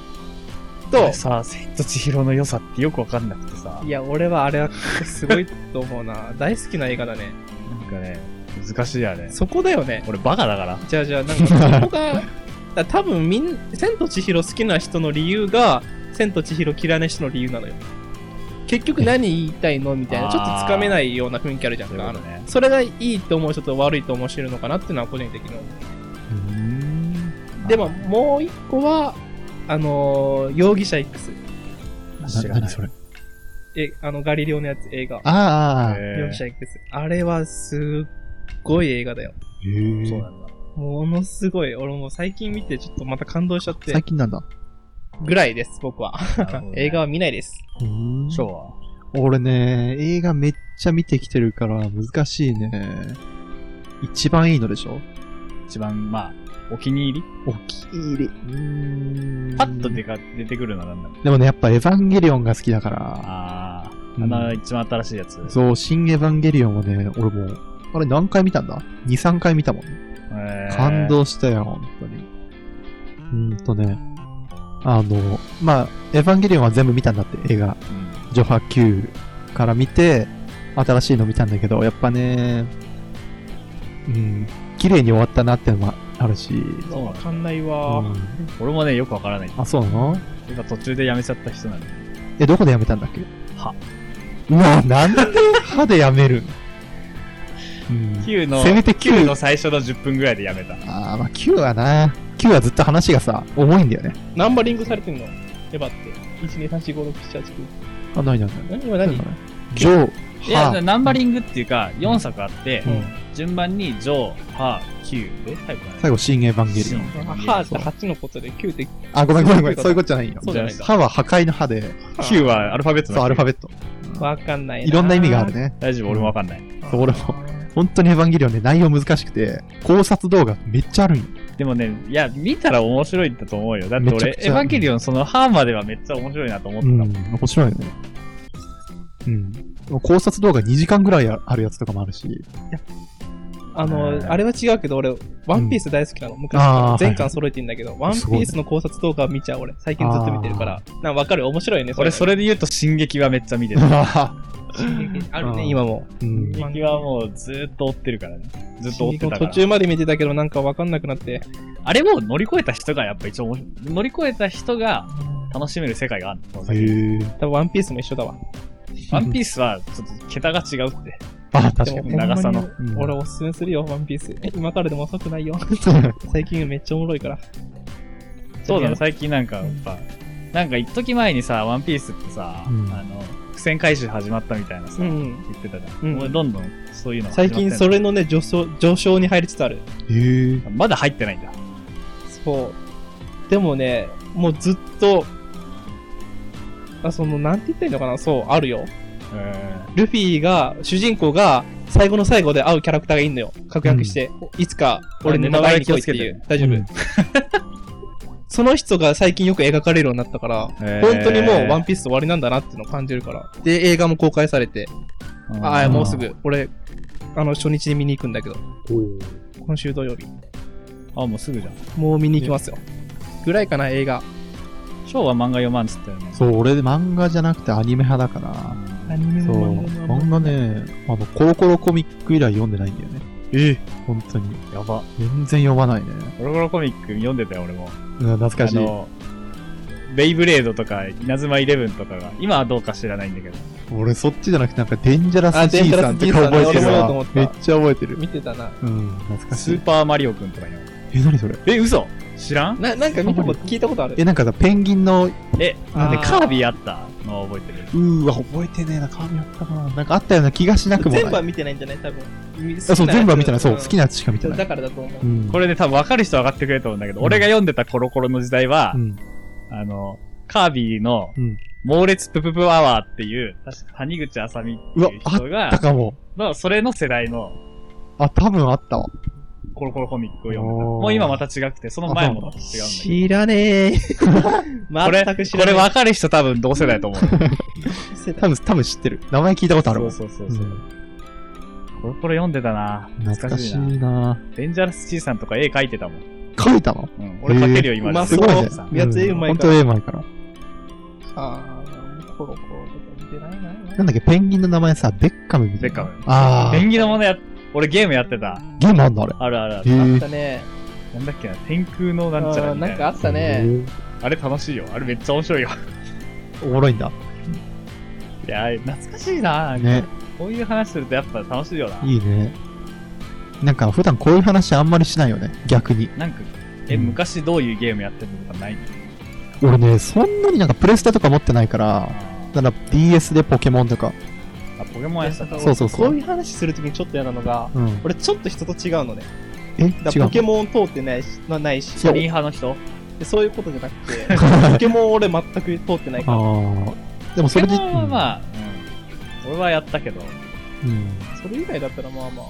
Speaker 3: と
Speaker 1: と、
Speaker 3: さ、千と千尋の良さってよくわかんなくてさ、
Speaker 1: いや、俺はあれはすごいと思うな。大好きな映画だね。
Speaker 3: なんかね、難しいあれ。
Speaker 1: そこだよね。
Speaker 3: 俺バカだから。
Speaker 1: じゃあじゃあ、なんかそこが、だ多分みん、千と千尋好きな人の理由が、千と千尋嫌いな人の理由なのよ。結局何言いたいのみたいな、ちょっとつかめないような雰囲気あるじゃん
Speaker 3: そういう
Speaker 1: か。あ
Speaker 3: こと
Speaker 1: の
Speaker 3: ね。
Speaker 1: それがいいと思う人と悪いと思う人いるのかなっていうのは個人的に思う。でも、もう一個は、あのー容疑者 X。
Speaker 2: な
Speaker 3: 知ら
Speaker 2: 何
Speaker 3: ない。
Speaker 2: それ。
Speaker 1: え、あの、ガリレオのやつ、映画。
Speaker 2: あーあー、
Speaker 1: 容
Speaker 3: へ
Speaker 1: 疑者
Speaker 3: ー
Speaker 1: X。あれはすっごい映画だよ。
Speaker 2: へー
Speaker 3: そうなんだ。
Speaker 1: ものすごい。俺もう最近見てちょっとまた感動しちゃって
Speaker 2: 最近なんだ。
Speaker 1: ぐらいです、僕は。
Speaker 3: なるほどね
Speaker 1: 映画は見ないです。
Speaker 2: うん
Speaker 3: ショーは
Speaker 2: 俺ね、映画めっちゃ見てきてるから難しいね。一番いいのでしょ
Speaker 3: 一番、まあ、お気に入り
Speaker 2: お気に入り。うーん
Speaker 3: パッと出か出てくるのはなんだろう
Speaker 2: でもね、やっぱエヴァンゲリオンが好きだから。
Speaker 3: あ
Speaker 2: う
Speaker 3: ー、あ
Speaker 2: ん
Speaker 3: の、一番新しいやつ。
Speaker 2: そう、新エヴァンゲリオンはね、俺もう、あれ何回見たんだ ?2、3回見たもん、ね。
Speaker 3: へー
Speaker 2: 感。動したよ、本当に。うーんとね、あの、まあ、エヴァンゲリオンは全部見たんだって、映画。
Speaker 3: うん
Speaker 2: ジョハ Q から見て、新しいの見たんだけど、やっぱね、うん、綺麗に終わったなってのもあるし、
Speaker 3: そうなんだ
Speaker 1: 館内
Speaker 2: う
Speaker 1: は、
Speaker 2: ん
Speaker 3: 俺もね、よくわからない。
Speaker 2: あ、そうなの
Speaker 3: 今途中でやめちゃった人なんで。
Speaker 2: え、どこでやめたんだっけ
Speaker 3: 歯。
Speaker 2: うわ、なんで歯でやめるんうん。
Speaker 3: Q の、
Speaker 2: せめて
Speaker 3: Q
Speaker 2: Q
Speaker 3: の最初の10分ぐらいでやめた。
Speaker 2: あーまあ Q はな、Q はずっと話がさ、重いんだよね。
Speaker 1: ナンバリングされてんのエヴァって。1、2、3、4、5、6、7、8、9。
Speaker 2: あ、ないないない。
Speaker 1: 何今何
Speaker 2: ジョ
Speaker 3: い
Speaker 2: ー、
Speaker 3: や、
Speaker 2: ハ、
Speaker 3: ナンバリングっていうか、4作あって、
Speaker 1: うん
Speaker 3: 順番に、ジョー、ハー、Q、え、最後かな
Speaker 2: 最後、新エヴァンゲリオン。
Speaker 1: あ
Speaker 3: ン
Speaker 1: ハーって8のことで9って
Speaker 2: あ、ごめんごめんごめん、そういうことじゃないよ。
Speaker 1: そうじゃないんだ。
Speaker 2: 歯は破壊の歯で、
Speaker 3: Q はアルファベッ
Speaker 2: そ
Speaker 3: ト
Speaker 2: う、
Speaker 3: の
Speaker 2: アルファベット。
Speaker 1: わかんない。
Speaker 2: いろんな意味がある。ね。
Speaker 3: 大丈夫、俺もわかんない。
Speaker 2: そう俺も、本当にエヴァンゲリオンね、内容難しくて、考察動画めっちゃあるんよ。
Speaker 3: でもね、いや、見たら面白いんだと思うよ。だって
Speaker 2: めちゃ
Speaker 3: 俺、
Speaker 2: くちゃ
Speaker 3: エヴァンゲリオン、その、ハーまではめっちゃ面白いなと思ってたもん。
Speaker 2: 面白いよね。うん。考察動画2時間ぐらいあるやつとかもあるし、
Speaker 1: あの、
Speaker 3: うん
Speaker 1: あれは違うけど、俺、ワンピース大好きなの。昔
Speaker 2: あ
Speaker 1: か
Speaker 2: ー
Speaker 1: ら。全巻揃えてんだけど、ワンピ
Speaker 2: すごい
Speaker 1: ースの考察動画を見ちゃう、俺。最近ずっと見てるから。なんかわかる面白いね、
Speaker 3: 俺、そ
Speaker 1: れ。
Speaker 3: れで言うと、進撃はめっちゃ見 てる。
Speaker 1: ある
Speaker 2: う
Speaker 1: ね、
Speaker 2: ん
Speaker 1: 今も。
Speaker 2: うん
Speaker 3: 進撃はもう、ずーっと追ってるからね。ずっと追ってたか
Speaker 1: 途
Speaker 3: ら。
Speaker 1: 中まで見てたけど、なんかわかんなくなって。
Speaker 3: あれも乗り越えた人がやっぱ一応面白い。乗り越えた人が楽しめる世界があるの。
Speaker 2: へえ。
Speaker 1: 多分ワンピースも一緒だわ。
Speaker 3: ワンピースはちょっと桁が違うって。
Speaker 2: あ、確か
Speaker 1: でも
Speaker 2: に。
Speaker 1: ほんまに
Speaker 3: 長さの
Speaker 2: うん
Speaker 1: 俺おすすめするよ、ワンピース。今からでも遅くないよ。最近めっちゃおもろいから。
Speaker 3: そうだね、
Speaker 1: ね。
Speaker 3: 最近なんかやっぱ、なんか一時前にさ、ワンピースってさ、
Speaker 2: うん
Speaker 3: あの、伏線回収始まったみたいなさ、
Speaker 1: う
Speaker 3: 言
Speaker 1: ん。
Speaker 3: ってたじゃん。
Speaker 1: うん
Speaker 3: もうどんどんそういうのが
Speaker 1: 最近そ
Speaker 3: れ、
Speaker 1: れのね、上昇、上昇に入りつつある。
Speaker 2: へえ。
Speaker 3: まだ入ってないんだ。
Speaker 1: そう。でもね、もうずっと、あその、なんて言ったらいいのかなそう、あるよ。ルフィが、主人公が、最後の最後で会うキャラクターがいんのよ。確約して、いつか俺に会いに来いっていう。大丈夫。
Speaker 2: うん
Speaker 1: その人が最近よく描かれるようになったから、本当にもうワンピース終わりなんだなっていうのを感じるから。で、映画も公開されて、
Speaker 3: ピ
Speaker 1: ああ、もうす。ぐ、俺、あの、初日に見に行くんだけど、今週土曜日。
Speaker 3: あ、もうすぐじゃん。
Speaker 1: もう見に行きますよ。ぐらいかな、映画。
Speaker 3: 翔は漫画読まんっつったよね。
Speaker 2: そう、俺漫画じゃなくてアニメ派だから。
Speaker 1: アニメ
Speaker 2: そう、
Speaker 1: も
Speaker 2: 漫画ね、あの、コロコロコミック以来読んでないんだよね。ええ本当に。
Speaker 3: やば。
Speaker 2: 全然読まないね。
Speaker 3: コロコロコミック読んでたよ、俺も。
Speaker 2: うん、懐かしい。
Speaker 3: あ
Speaker 2: 俺
Speaker 3: の、ベイブレードとか、稲妻イレブンとかが、今はどうか知らないんだけど。
Speaker 2: そっちじゃなくてなんかデンジャラ
Speaker 1: あ
Speaker 2: ス G さんとか覚えてる
Speaker 1: デンジャラス G さんね俺もだと思
Speaker 2: わ
Speaker 1: っ。た
Speaker 2: めっちゃ覚えてる。
Speaker 1: 見てたな。
Speaker 2: うん、懐か
Speaker 3: ス
Speaker 2: し
Speaker 3: ー
Speaker 2: い。
Speaker 3: パーマリオくんとかにも。
Speaker 2: え、何それ
Speaker 3: え、嘘知らん
Speaker 1: な、なんか見たこと、聞いたことある
Speaker 2: え、。なんかさ、ペンギンの、
Speaker 3: え、なんで
Speaker 1: あー
Speaker 3: カービィあったの覚えてる。
Speaker 2: うーわ、覚えてねえな、髪あったかな。なんかあったような気がしなくもない。
Speaker 1: 全部は見てないんじゃない多分。
Speaker 2: あそう、全部は見てない。そう、
Speaker 1: ん
Speaker 2: 好きなやつしか見てな
Speaker 1: だ
Speaker 2: い。
Speaker 1: からだと思う
Speaker 2: う。ん。
Speaker 3: こ
Speaker 2: れ、
Speaker 3: れね、多分分かる人は分かってくれると思うんだけど、
Speaker 2: うん
Speaker 3: 俺が読んでたコロコロの時代は
Speaker 2: う、ん。
Speaker 3: あの、カービィの
Speaker 2: うん。
Speaker 3: 猛烈プププアワーっていう、確か谷口あさみっていう人
Speaker 2: あ
Speaker 3: が
Speaker 2: た、かも。
Speaker 3: まあ、それの世代の
Speaker 2: あ、多分あったわ。
Speaker 3: コロコロコミックを読んでた。
Speaker 2: おー
Speaker 3: もう今また違くて、その前も違うんだけど。
Speaker 1: 知らねえ。
Speaker 3: これ、
Speaker 1: 全く知
Speaker 3: こ
Speaker 1: らね
Speaker 3: れ
Speaker 1: え。
Speaker 3: 分かる人多分同世代と思う。
Speaker 2: 多分、多分知ってる。名前聞いたことある
Speaker 3: そ
Speaker 2: もん。
Speaker 3: うそうそうそう。コロコロ読んでたな
Speaker 2: うん懐か
Speaker 3: 懐か
Speaker 2: し
Speaker 3: し
Speaker 2: い
Speaker 3: いな
Speaker 2: な
Speaker 3: デンジャラス C さんとか絵描いてたもん。
Speaker 2: 書いたの
Speaker 3: うん、俺描けるよ、今
Speaker 1: うま
Speaker 3: で。
Speaker 1: そう
Speaker 2: すごいね
Speaker 3: さ。
Speaker 1: やつ絵うまいから
Speaker 2: ほんと絵うまいから。
Speaker 1: あー、コロコロとか見てないな。
Speaker 2: なんだっけ、ペンギンの名前さ、ベッカムみたいな。
Speaker 3: ベッカム
Speaker 2: あ
Speaker 3: ペ
Speaker 2: ー、
Speaker 3: ンギンのものや、俺ゲームやってた。
Speaker 2: ゲームあんのあれ。
Speaker 3: あるあるあ
Speaker 2: へ
Speaker 3: る。
Speaker 1: あ
Speaker 2: ー
Speaker 1: ったね。
Speaker 3: なんだっけな、天空のなんちゃら
Speaker 1: あー
Speaker 3: みた
Speaker 1: ないんかあ
Speaker 3: な。
Speaker 1: ったね。
Speaker 2: へ
Speaker 3: あれ楽しいよ。あれめっちゃ面白いよ。
Speaker 2: ーおもろいんだ。
Speaker 3: いやー、懐かしいななんか
Speaker 2: ね、
Speaker 3: こういう話するとやっぱ楽しいよな。
Speaker 2: いいね。なんか、普段こういう話あんまりしないよね、逆に。
Speaker 3: なんか、え、
Speaker 2: うん
Speaker 3: 昔どういうゲームやってるのとかない
Speaker 2: 俺ね、そんなになんかプレステとか持ってないから、
Speaker 3: あ、
Speaker 2: だから DS でポケモンとか。
Speaker 3: ポケモンやってた。
Speaker 2: そうそうそう
Speaker 1: こういう話するときにちょっと嫌なのが、
Speaker 2: うん。
Speaker 1: 俺ちょっと人と違うのね。
Speaker 2: え、違う
Speaker 1: だからポケモン通ってないし、なないし、
Speaker 3: 車輪派の人
Speaker 1: でそういうことじゃなくて、ポケモン俺全く通ってないから、
Speaker 2: あー。でも
Speaker 3: ポ
Speaker 2: そ
Speaker 3: ケ
Speaker 2: れで、
Speaker 3: モンはまあ、うん俺はやったけど、
Speaker 2: うんうん
Speaker 1: それ以外だったらまあまあ、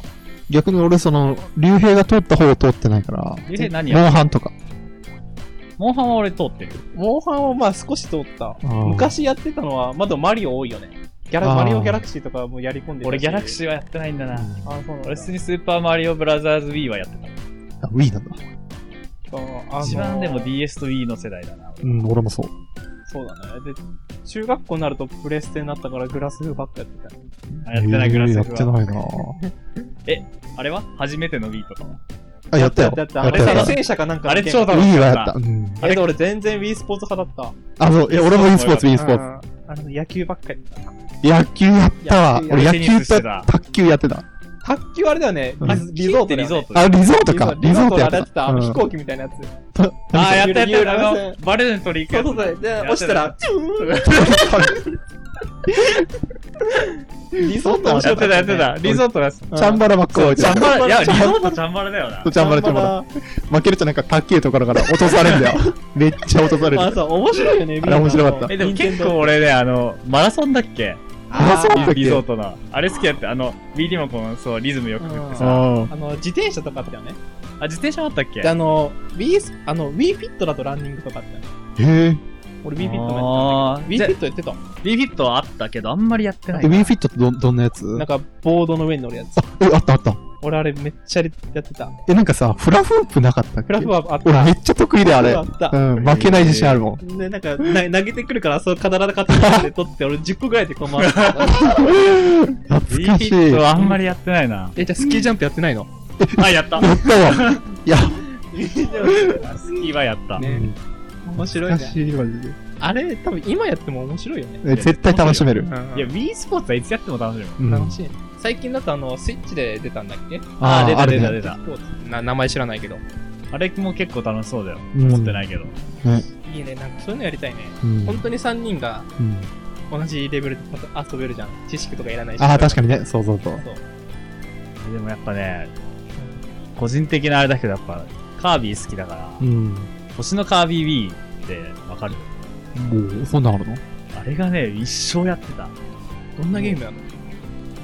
Speaker 2: 逆に俺、その、竜兵が通った方を通ってないから、
Speaker 3: ゆうへい何
Speaker 2: モ
Speaker 3: や
Speaker 2: ンハンとか。
Speaker 3: モンハンは俺通ってる。
Speaker 1: モンハンはまあ少し通った。
Speaker 2: あー、
Speaker 1: 昔やってたのは、まだマリオ多いよね。ギャ
Speaker 2: あ
Speaker 1: ラ
Speaker 2: ー
Speaker 1: マリオギャラクシーとかもやり込んでたし
Speaker 3: 俺ギャラクシーはやってないんだな。
Speaker 2: うん
Speaker 1: あー、そうなんだ。
Speaker 3: 俺普通にスーパーマリオブラザーズ Wii はやってた。
Speaker 2: あ、Wii なんだ。
Speaker 1: あーあのー
Speaker 3: 一番でも DS と Wii の世代だな。
Speaker 2: うん、俺もそう。
Speaker 1: そうだね。で、中学校になるとプレステになったからグラスフばっかやってた。
Speaker 3: あやってないグラス
Speaker 2: や
Speaker 3: フ
Speaker 2: っ
Speaker 3: は
Speaker 2: てないな
Speaker 3: あれは初めての Wii とかは
Speaker 2: あ、やったよ。
Speaker 1: だって
Speaker 2: や
Speaker 1: あ
Speaker 2: った
Speaker 1: れ
Speaker 2: や
Speaker 1: さ、
Speaker 2: った
Speaker 1: 戦車かなんか
Speaker 3: あれ
Speaker 1: のゲー
Speaker 3: 超
Speaker 1: ム
Speaker 3: 楽
Speaker 2: い
Speaker 3: し
Speaker 2: いわ、
Speaker 3: かっ
Speaker 2: やったた。。うん。
Speaker 1: えっと、俺全然 Wii スポーツ派だっ
Speaker 2: あ、そう、いや俺も e スポーツ、e ス
Speaker 1: た。
Speaker 2: ポー
Speaker 1: あの野球ばっかり。
Speaker 2: ツ。野球やったわ。
Speaker 1: 野
Speaker 2: 俺
Speaker 1: 球
Speaker 2: 野
Speaker 3: テニ
Speaker 2: 球
Speaker 3: スして
Speaker 2: と
Speaker 3: た
Speaker 2: 卓球やってた。
Speaker 1: 卓球あれだよね。
Speaker 2: うん
Speaker 1: リゾリゾートだ
Speaker 3: でリ
Speaker 1: よ
Speaker 3: ゾ
Speaker 1: ね
Speaker 3: ート
Speaker 2: あ、リゾートか。
Speaker 1: リゾ
Speaker 2: リゾ
Speaker 1: ー
Speaker 2: ー
Speaker 1: ト
Speaker 2: ト
Speaker 1: であ
Speaker 2: やっ
Speaker 1: れや
Speaker 2: て
Speaker 1: ってた。
Speaker 2: た。
Speaker 1: あ
Speaker 2: う
Speaker 1: の
Speaker 2: ん
Speaker 1: 飛 行機みたいなやつ。
Speaker 3: ああ、やったやった。あ
Speaker 1: リゾート
Speaker 3: の、バレるの取り行
Speaker 1: そうそ
Speaker 3: く
Speaker 1: う
Speaker 3: や
Speaker 1: そう。で、
Speaker 3: や
Speaker 1: 落ちたら、チューンリゾート面
Speaker 3: つ。や
Speaker 1: 白
Speaker 3: っ
Speaker 1: か
Speaker 3: て
Speaker 1: ったた
Speaker 3: や
Speaker 1: よ
Speaker 3: っ
Speaker 1: ね。
Speaker 3: てた。リゾートのやつ。チ
Speaker 2: チャンバラばっか置いてた。
Speaker 3: ャンバラ、いや、リゾ
Speaker 2: チャン
Speaker 3: ートチャンバラだよな。
Speaker 2: そうチャンバラ、チャンバラ。負けるとなんか卓球とかだから落とされるんだよ。めっちゃ落とされ
Speaker 1: まあ
Speaker 2: る。
Speaker 1: そう、面白いよね、
Speaker 2: あれ面白かった
Speaker 3: え、でも結構俺ね、あの、マラソンだっけ
Speaker 2: マラソンだっけ
Speaker 3: リゾートの。あれ好きやって、あの、Wii リモコン、そう、リズムよく振って
Speaker 2: う
Speaker 3: さ。
Speaker 2: ん。
Speaker 1: あの、自転車とかあったよね。
Speaker 3: あ、自転車あったっけ
Speaker 1: で、あの、Wii ス、あの、Wii Fit だとランニングとかあったよね。
Speaker 2: へえ。
Speaker 1: 俺 Wii Fit もや
Speaker 3: あ
Speaker 1: ってたんだ
Speaker 3: ー
Speaker 1: け
Speaker 3: じ
Speaker 1: ど。
Speaker 3: ゃ
Speaker 1: Wii Fit やってた。
Speaker 3: リフィットはあったけど、あんまりやってない
Speaker 2: え、。WeFit ってど、どんなやつ
Speaker 1: なんか、ボードの上に乗るやつ。
Speaker 2: あ、え、あったあった。
Speaker 1: 俺あれめっちゃやってた。
Speaker 2: え、なんかさ、フラフープなかったっけ
Speaker 1: フラフはあっ
Speaker 2: 俺
Speaker 1: た。
Speaker 2: めっちゃ得意だよ、あれ。
Speaker 1: あった
Speaker 2: う。ん、負けない自信あるもん。
Speaker 1: で、なんか、な投げてくるから、そう、必ず勝手にで取って、俺10個ぐらいでこう回ってた。
Speaker 2: 懐かしい。
Speaker 3: そう
Speaker 2: やっ
Speaker 3: あんまりやってないな。
Speaker 1: え、じゃあスキージャンプやってないの
Speaker 3: あ、やった。
Speaker 2: たわ。いや、
Speaker 3: スキーはやった。
Speaker 1: ね面白い
Speaker 2: 懐か
Speaker 1: ね。
Speaker 2: しい、マジで。
Speaker 1: あれ、多分今やっても面白いよね。
Speaker 2: え絶対楽しめる。
Speaker 1: うん
Speaker 3: いや、Wii スポーツはいつやっても楽しいもん。
Speaker 2: うん
Speaker 1: 楽しい。最近だとあの、スイッチで出たんだっけ
Speaker 2: あー
Speaker 3: 出
Speaker 2: あ
Speaker 3: た
Speaker 2: る
Speaker 3: 出
Speaker 2: ね
Speaker 3: た出た。
Speaker 1: な名前知らないけど。
Speaker 3: あれも結構楽しそうだよ。
Speaker 2: うん
Speaker 3: 持ってないけど。
Speaker 1: いいね、なんかそういうのやりたいね。
Speaker 2: うん
Speaker 1: 本当に3人が
Speaker 2: うん
Speaker 1: 同じレベルで遊べるじゃん。知識とかいらないし。
Speaker 2: ああ、確か
Speaker 1: に。
Speaker 2: にね、そうそうそう。
Speaker 3: でもやっぱね、個人的なあれだけどやっぱ、カービィ好きだから、
Speaker 2: うん。
Speaker 3: 星のカービィ Wii ってわかる
Speaker 2: おお、そんなんあるの
Speaker 3: あれがね、一生やってた。
Speaker 1: どんなゲームなの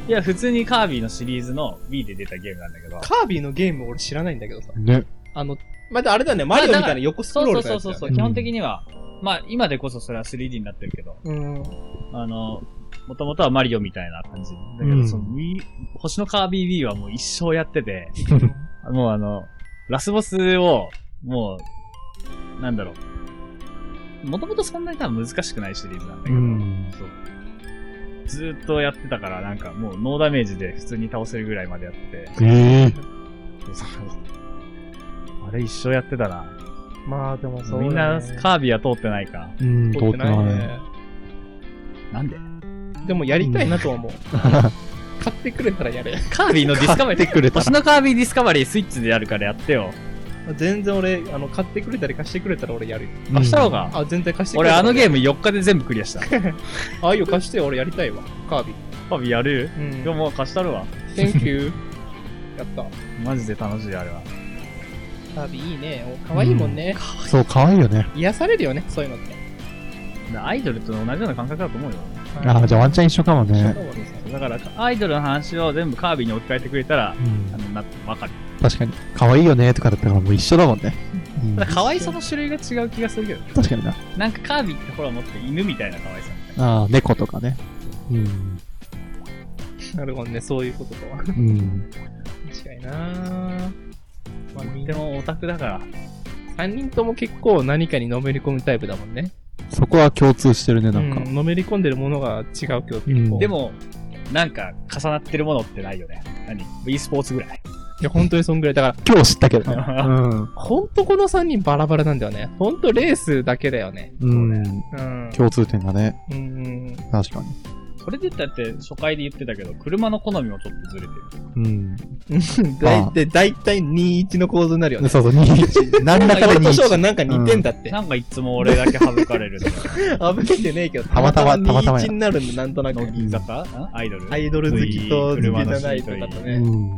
Speaker 3: いや、普通にカービィのシリーズの Wii で出たゲームなんだけど。
Speaker 1: カービィのゲーム俺知らないんだけどさ。
Speaker 2: ね。
Speaker 1: あの、まだあれだね、マリオみたいな横スク
Speaker 3: そう
Speaker 1: ロー
Speaker 3: そ
Speaker 1: ル
Speaker 3: う
Speaker 1: の
Speaker 3: そ
Speaker 1: や
Speaker 3: う
Speaker 1: つだ
Speaker 3: そうそ
Speaker 1: よ
Speaker 3: う、
Speaker 1: ね。
Speaker 3: 基本的には、まあ今でこそそれは 3D になってるけど、
Speaker 1: うん。
Speaker 3: あの、もともとはマリオみたいな感じ。だけ
Speaker 2: う
Speaker 3: ど、
Speaker 2: ん
Speaker 3: その Wii、星のカービィ Wii はもう一生やってて、もうあの、ラスボスを、もう、なんだろう。もともとそんなに多分難しくないシリーズなんだけ
Speaker 2: う
Speaker 3: ど、
Speaker 2: ん。
Speaker 3: そうずーっとやってたから、なんかもうノーダメージで普通に倒せるぐらいまでやって
Speaker 2: ええ。
Speaker 3: て、そうあれ一生やってたな。
Speaker 1: まあでもそうだね。
Speaker 3: みんなカービィは通ってないか。
Speaker 2: うん、通
Speaker 1: 通っ
Speaker 2: ってて
Speaker 1: ない
Speaker 2: ない。
Speaker 1: ね。
Speaker 3: なんで
Speaker 1: でもやりたいなとは思う。買ってくれたらやれ。
Speaker 3: カービィのディスカバ
Speaker 2: 買
Speaker 3: リー。
Speaker 2: ってくれたら
Speaker 3: 星 のカービィディスカバリースイッチでやるからやってよ。
Speaker 1: 全然俺、あの、買ってくれたり貸してくれたら俺やるよ。
Speaker 2: うん
Speaker 3: あ、したのか。
Speaker 1: あ、全然貸してくれ
Speaker 3: 俺
Speaker 1: た
Speaker 3: あのゲー
Speaker 1: ム。
Speaker 3: ム4日で全部クリア した。カ
Speaker 1: ああいう貸してよ俺やりたいわ。カービィ。
Speaker 3: ービィやる
Speaker 1: うん
Speaker 3: でももう貸したるわ。
Speaker 1: Thank you. やった。
Speaker 3: マジで楽しい、あれは。
Speaker 1: カービィいいね。お可愛いもんね。
Speaker 2: そう、可愛いよね。
Speaker 1: 癒されるよね、そういうのって。
Speaker 3: アイドルと同じような感覚だと思うよ。
Speaker 2: ああ、じゃあワンチャン一緒かもね。
Speaker 3: だから、アイドルの話を全部カービィに置き換えてくれたら
Speaker 2: う、ん
Speaker 3: あの、な、わかる。
Speaker 2: 確かに。可愛いよねとかだったからもう一緒だもんね。うん
Speaker 3: ただ、可愛さの種類が違う気がするけどね。
Speaker 2: 確かにな。
Speaker 3: なんかカービィってほら、もっと犬みたいな可愛さみたいな。
Speaker 2: ああ、猫とかね。うん。
Speaker 1: なるほどね、そういうこととは。
Speaker 2: うん。
Speaker 1: 確かになまあ、みん
Speaker 3: で
Speaker 1: な、
Speaker 3: もオタクだから。
Speaker 1: 3人とも結構何かにのめり込むタイプだもんね。
Speaker 2: そこは共通してるね、なんか
Speaker 1: う。のめり込んでるものが違うけど、結
Speaker 2: う
Speaker 1: 構。
Speaker 2: ん
Speaker 3: で、も、なんか重なってるものってないよね。何 ?e スポーツぐらい。
Speaker 1: いや、本当にそんぐらい。だから、
Speaker 2: 今日知ったけ どね。うん。
Speaker 1: ほんとこの3人バラバラなんだよね。ほんとレースだけだよね。
Speaker 2: うん。
Speaker 1: うん。
Speaker 2: 共通点がね。
Speaker 1: うん。
Speaker 2: 確かに。
Speaker 3: それでだって初回で言ってたけど、車の好みもちょっとずれてる。
Speaker 2: うん。
Speaker 1: 大体、大体21の構図になるよね。
Speaker 2: そうそう、21。何ら かで
Speaker 1: 俺と翔が
Speaker 2: 21。
Speaker 1: なんか似てんだって。
Speaker 3: なんかいつも俺だけ省かれるのよ。
Speaker 1: あぶけてねえけど、
Speaker 2: たまたまたまたま
Speaker 1: 21になるんだ、なんとなく。
Speaker 3: 乃木坂んアイドル
Speaker 1: アイドル好きと好きじゃないとかと
Speaker 2: う
Speaker 1: ね。
Speaker 2: ん。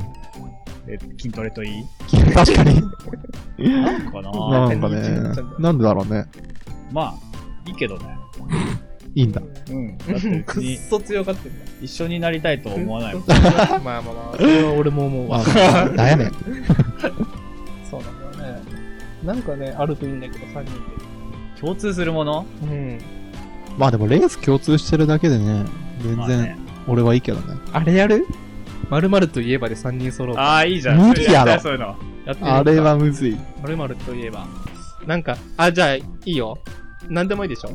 Speaker 3: え筋トレといい
Speaker 2: 確かに。
Speaker 3: なんかな
Speaker 2: な
Speaker 1: うん
Speaker 2: かね。なんでだろうね。
Speaker 3: まあ、いいけどね。
Speaker 2: いいんだ。
Speaker 3: うん。だって別
Speaker 1: くっ
Speaker 3: に
Speaker 1: そ強がってんだ。
Speaker 3: 一緒になりたいとは思わないもん。
Speaker 1: まあまあまあ、それは俺も思うわ。
Speaker 2: なんやねん。
Speaker 1: そうなんだよね。なんかね、あるといいんだけど、3人
Speaker 3: 共通するもの
Speaker 1: で。うん。
Speaker 2: まあでもレース共通してるだけでね、全
Speaker 3: まあ
Speaker 2: 然
Speaker 3: ね。
Speaker 2: 俺はいいけどね。
Speaker 1: あれやるまるまるといえばで3人揃う。
Speaker 3: ああ、いいじゃん。
Speaker 2: 無理やろ
Speaker 3: そういうの。
Speaker 1: やってみようか
Speaker 2: あれ。はむずい。
Speaker 1: まるまるといえば。なんか、あ、じゃあ、いいよ。なんでもいいでしょ。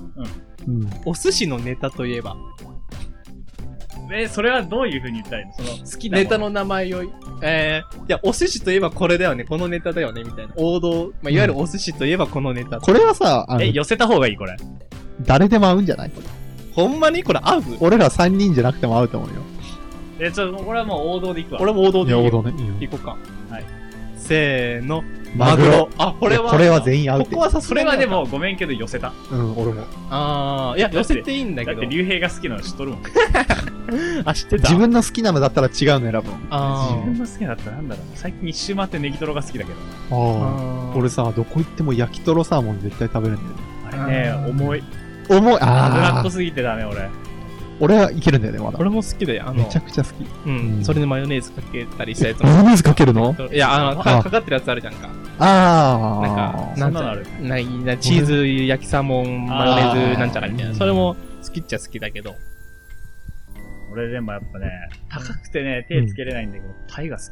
Speaker 2: うん。
Speaker 1: お寿司のネタといえば。
Speaker 3: え、それはどういう風に言ったらいいのその、好きなも
Speaker 1: ネタの名前を、えー、いや、お寿司といえばこれだよね、このネタだよね、みたいな。王道、まあ、いわゆるお寿司といえばこのネタ。
Speaker 2: これはさ、あ
Speaker 3: え、
Speaker 2: の、
Speaker 3: 寄せた方がいいこれ。
Speaker 2: 誰でも合うんじゃない
Speaker 1: ほんまにこれ合う
Speaker 2: 俺ら3人じゃなくても合うと思うよ。
Speaker 3: え、ちょ、これはもう王道でいくわ。
Speaker 1: 俺も王道
Speaker 2: い
Speaker 1: でい
Speaker 2: や、
Speaker 1: い
Speaker 2: 王
Speaker 1: よ。
Speaker 2: 道ね。いいよ
Speaker 1: 行こうか。
Speaker 3: はい。
Speaker 1: せーの、
Speaker 2: マグロ。。
Speaker 1: あ、これ
Speaker 2: い
Speaker 1: は。
Speaker 2: やこれは全員合う
Speaker 1: こ
Speaker 2: って
Speaker 1: こ。はさ、
Speaker 3: それはで。も、ごめんけど寄せた。
Speaker 2: うん、俺も。
Speaker 1: あー、いや、寄せていいんだ
Speaker 3: だ
Speaker 1: け
Speaker 3: っ
Speaker 1: ど
Speaker 3: て、。竜兵が好きなの知っとるもん。
Speaker 1: あ、知ってた。
Speaker 2: 自分の好きなのだったら違うの選ぶもん。
Speaker 1: あ
Speaker 3: 自分の好きだったらなんだろう。最近一周回ってネギトロが好きだけど。
Speaker 2: あ
Speaker 1: あ
Speaker 2: あ。俺さ、どこ行っても焼きとろサーモン絶対食べるんだよね。
Speaker 3: あれね、
Speaker 1: あー
Speaker 3: 重い。
Speaker 2: 重い。
Speaker 3: 脂っ
Speaker 2: あ
Speaker 3: こ
Speaker 2: あ。
Speaker 3: すぎてダメ、俺。
Speaker 2: 俺はいけるんだよね、まだ。
Speaker 1: 俺も好きで、あ
Speaker 2: め
Speaker 1: の
Speaker 2: ちゃ、くちゃ好き。
Speaker 1: う、
Speaker 2: うんん
Speaker 1: それにマヨネーズかけたりしたやつ
Speaker 2: マヨネーズかけるの
Speaker 1: も。いや、あの、か
Speaker 2: あ
Speaker 1: かかってるやつあるじゃんか。なん
Speaker 2: あ
Speaker 1: か、
Speaker 2: あ。
Speaker 3: そ
Speaker 1: なんん
Speaker 3: なのあ
Speaker 1: か
Speaker 3: る。
Speaker 1: ないなチーズ焼きサーモン、マヨネーズなんちゃらみたいな。
Speaker 2: あー
Speaker 1: それも好きっちゃ好きだけど。
Speaker 3: 俺でもやっぱね、高くてね、手つけれないんだけど、タイが好き。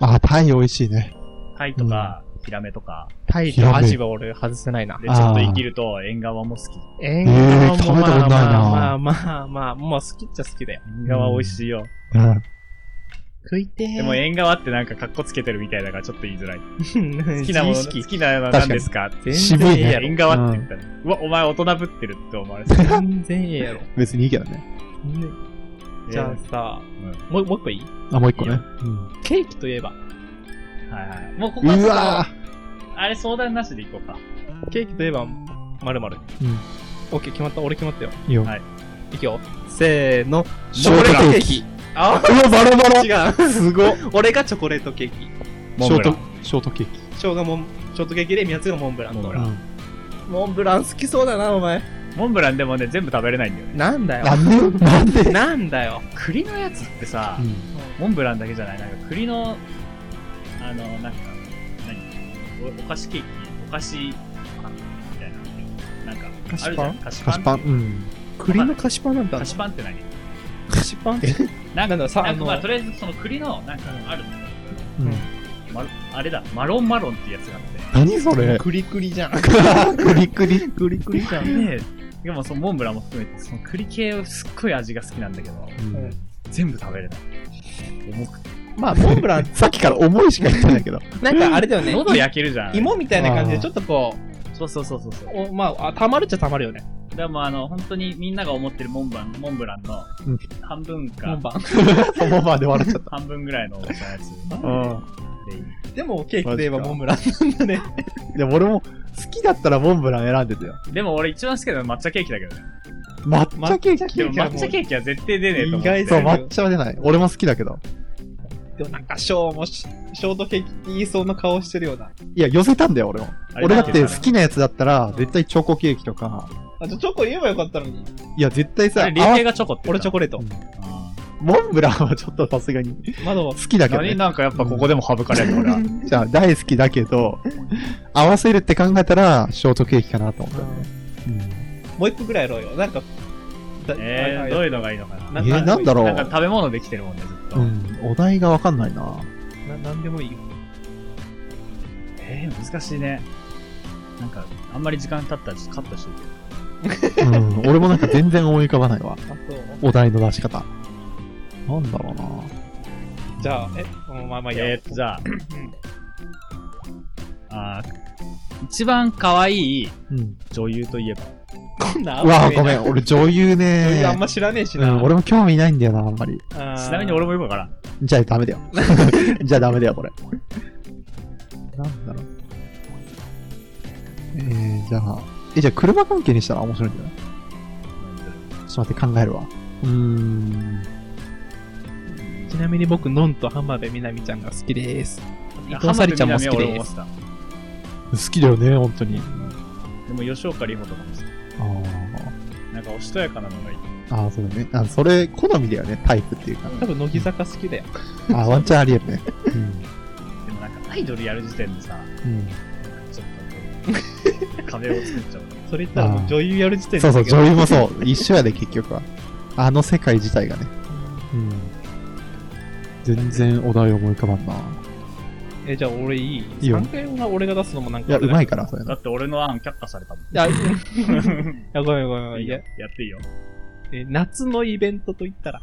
Speaker 2: あ、タイ美味しいね。
Speaker 3: タイとか、ヒラメとか、
Speaker 1: タイとアジは俺外せないな。
Speaker 3: で、ちょっと生きると、縁側も好き。
Speaker 1: え
Speaker 2: えー食べたことないな
Speaker 1: まあまあまあまあ、まあ好きっちゃ好きだよ。
Speaker 3: 縁側美味しいよ。
Speaker 2: うん。
Speaker 1: 食いてー。
Speaker 3: でも縁側ってなんかカッコつけてるみたいだからちょっと言いづらい。好
Speaker 1: 好
Speaker 3: きなもの、
Speaker 1: 意
Speaker 3: 好
Speaker 1: 識。
Speaker 3: きなのは何ですかって。
Speaker 1: 全然ええやろ。
Speaker 3: 縁側って言ったら、うわ、お前大人ぶってるって思われてる。
Speaker 1: 全然ええ やろ。
Speaker 2: 別にいいけどね。
Speaker 1: じゃあさ、もうもう一個いい
Speaker 2: あ、もう一個ね。
Speaker 1: いい
Speaker 2: うん。
Speaker 1: ケーキといえば。
Speaker 3: はいはい。もうここはちょ
Speaker 2: う
Speaker 3: っ
Speaker 2: わ
Speaker 3: と、あれ相談なしでいこうか。
Speaker 1: ケーキといえば、まるまる。
Speaker 2: ぁ。うん。
Speaker 1: オッケー、決まった。俺決まったよ。
Speaker 2: いいよ。
Speaker 3: はい
Speaker 1: いくよ。せーの。
Speaker 2: ショートケーキ
Speaker 1: キ。あ
Speaker 2: うわ、バラバラ
Speaker 1: 違う。
Speaker 2: すごっ。
Speaker 1: 俺がチョコレートケーキ。
Speaker 3: モ
Speaker 2: シ
Speaker 3: ン
Speaker 2: ョ
Speaker 3: ブ
Speaker 2: ー
Speaker 3: ラン
Speaker 2: ト。、ショートケーキ。
Speaker 1: 翔がモン、ショートケーキで、宮津がモンブランと。
Speaker 3: モンブ
Speaker 2: う
Speaker 3: ラ
Speaker 2: ん。
Speaker 1: モンブラン好きそうだな、お前。
Speaker 3: モンブランでもね、全部食べれないんだよね。
Speaker 1: なんだよ。
Speaker 2: なんでなんで
Speaker 1: なんだよ。
Speaker 3: 栗のやつってさ
Speaker 2: う、ん。
Speaker 3: モンブランだけじゃない、なんか栗の、あの、なんか、何おお菓子ケーキ、お菓子パンみたいな。なんか、
Speaker 1: 菓子パン
Speaker 3: あるじゃん。菓子
Speaker 2: 菓
Speaker 3: パ
Speaker 2: 子
Speaker 3: ン。
Speaker 2: パン。うん。
Speaker 1: 栗の菓子パンなんだ
Speaker 3: 菓。子パンって何
Speaker 1: 菓子パンって。
Speaker 3: なんか、
Speaker 1: なんださ
Speaker 3: なんかま
Speaker 1: あ
Speaker 3: あ、
Speaker 1: の
Speaker 3: とりあえずその栗の、なんか、ある、
Speaker 2: うん
Speaker 1: うん
Speaker 3: ま、あれだ、マロンマロンってやつがあって。
Speaker 2: 何それ
Speaker 1: クリクリじゃん。
Speaker 2: クリクリ。
Speaker 1: クリクリじゃん。
Speaker 3: で、でもそのモンブランも含めて、その栗系はすっごい味が好きなんだけど、
Speaker 2: うん
Speaker 3: 全部食べれない。重くて。
Speaker 1: まあ、モンブラン、
Speaker 2: さっきから重いしか言ってないけど。
Speaker 1: なんかあれだよね。
Speaker 3: 喉焼けるじゃん。
Speaker 1: 芋みたいな感じで、
Speaker 2: あー
Speaker 1: ちょっとこ
Speaker 3: そうそうそうそうそう
Speaker 1: う、。おまあ、あたまるっちゃたまるよね。
Speaker 3: でもあの、本当にみんなが思ってるモンブラン、モンブランの
Speaker 2: うん
Speaker 3: 半分か、
Speaker 1: モンブラ
Speaker 2: そのままで笑っちゃっ
Speaker 3: 半分ぐらいの大きさのやつ
Speaker 2: た。
Speaker 3: でいい。
Speaker 1: ン。でも、ケーキといえばモンブランなんだね。
Speaker 2: うん。でも俺も好きだったらモンブラン選んでたよ。
Speaker 3: でも俺一番好きなのは抹茶ケーキだけどね。
Speaker 2: 抹茶ケーキ。
Speaker 3: でも抹
Speaker 1: も
Speaker 3: 茶ケーキは絶対出ねえと思っ
Speaker 1: 意
Speaker 3: て。
Speaker 1: 外
Speaker 2: そう、
Speaker 1: だ
Speaker 2: 抹茶は出ない。俺も好きだけど。
Speaker 1: でもなんか、ショーもシ、ショートケーキって言いそうな顔してるような。
Speaker 2: いや、寄せたんだよ、俺も。
Speaker 3: あれ
Speaker 2: 俺だっ
Speaker 3: な
Speaker 2: て
Speaker 3: ん
Speaker 2: 好きなやつだったら、絶対チョコケーキとか、
Speaker 1: あ、じゃあチョコ言えばよかったのに。
Speaker 2: いや、絶対
Speaker 3: あ
Speaker 2: さ、
Speaker 3: れ、理
Speaker 2: 合わ
Speaker 3: 系がチョコって言
Speaker 1: 俺
Speaker 3: う
Speaker 1: チョ
Speaker 3: か
Speaker 1: コレート。
Speaker 3: ら。
Speaker 2: モンブランはちょっとさすがに
Speaker 1: 窓
Speaker 2: 好
Speaker 1: は、
Speaker 2: きだけ
Speaker 3: あ
Speaker 2: ど、
Speaker 3: ー何
Speaker 2: ね。
Speaker 3: なんかやっぱここでも省かれるの俺は。
Speaker 2: じゃあ、大好きだけど、合わせるって考えたら、ショートケーキかなと思ったよね。
Speaker 1: もう一個ぐらいやろうよ。なんか、だ
Speaker 3: え
Speaker 1: あ
Speaker 3: ー、どういうのがいいのか
Speaker 2: う
Speaker 3: な。
Speaker 2: んえー、
Speaker 3: な
Speaker 2: なん
Speaker 3: か
Speaker 2: んだろ
Speaker 3: なんか
Speaker 2: う。
Speaker 3: 食べ物できてるもんね、ずっと。
Speaker 2: うん、お題がわかんないな。
Speaker 1: ななんでもいいよ。
Speaker 3: えー、難しいね。なんか、あんまり時間経ったらちょっとカットしてて。
Speaker 2: うん、俺もなんか全然思い浮かばないわ。
Speaker 1: あ、そう。
Speaker 2: お題の出し方。なんだろうな。
Speaker 1: じゃあ、え、うんまあまあいいや。
Speaker 3: えーっと、じゃあ、あー一番可愛い
Speaker 2: うん。
Speaker 3: 女優といえば。
Speaker 1: こんな
Speaker 2: うわぁ、ごめ
Speaker 1: ん。
Speaker 2: ん。俺女
Speaker 1: そ
Speaker 2: 優
Speaker 1: ういう
Speaker 2: ね
Speaker 1: あんま知らねえし
Speaker 2: う
Speaker 1: な。
Speaker 2: ん、俺も興味ないんだよな、あんまり。
Speaker 1: ち
Speaker 3: ちなみに俺もよくわからん。
Speaker 2: じゃあダメだよ。じゃあダメだよ、これ。なんだろう。えー、じゃあ、え、じゃあ車関係にしたら面白いんじゃないちょっと待って、考えるわ。うーん。
Speaker 1: ちなみに僕、のんと浜辺美波ちゃんが好きです。伊
Speaker 3: 浜
Speaker 1: 藤沙
Speaker 3: 辺
Speaker 1: 莉ちゃんも
Speaker 3: 美
Speaker 1: 好
Speaker 3: 波
Speaker 1: き
Speaker 3: は俺
Speaker 1: です。
Speaker 3: 思って
Speaker 2: 好きだよね、本当に。
Speaker 3: た。でも吉岡里帆とかも好き。
Speaker 2: あ
Speaker 3: なんかおしとやかなのがいい。
Speaker 2: ーあー、そうだね。あそれ、好みだよね、タイプっていうか。
Speaker 1: 多分、乃木坂好きだよ。
Speaker 2: あーワンチャンありえるね。
Speaker 3: でもなんかアイドルやる時点でさ、
Speaker 2: うん。うん
Speaker 3: ちょっとこう壁を作っちゃう。
Speaker 1: それ言ったらもう女優やる時点で。
Speaker 2: そうそう、女優もそう。一緒やで、結局は。あの世界自体がね。うん。全然お題思い浮かばんな。
Speaker 1: え、じゃあ俺いい
Speaker 2: いいよ
Speaker 1: ?3 回は俺が出すのもなんか。
Speaker 2: いや、うま
Speaker 1: い。
Speaker 2: いから、そういう
Speaker 3: だ
Speaker 2: の。
Speaker 3: って俺の案却下された もん。
Speaker 1: いや、いやごめんごめんごめん。
Speaker 3: い
Speaker 1: い
Speaker 3: いよ
Speaker 1: や、
Speaker 3: やっていいよ。
Speaker 1: え夏のイベントと言ったら。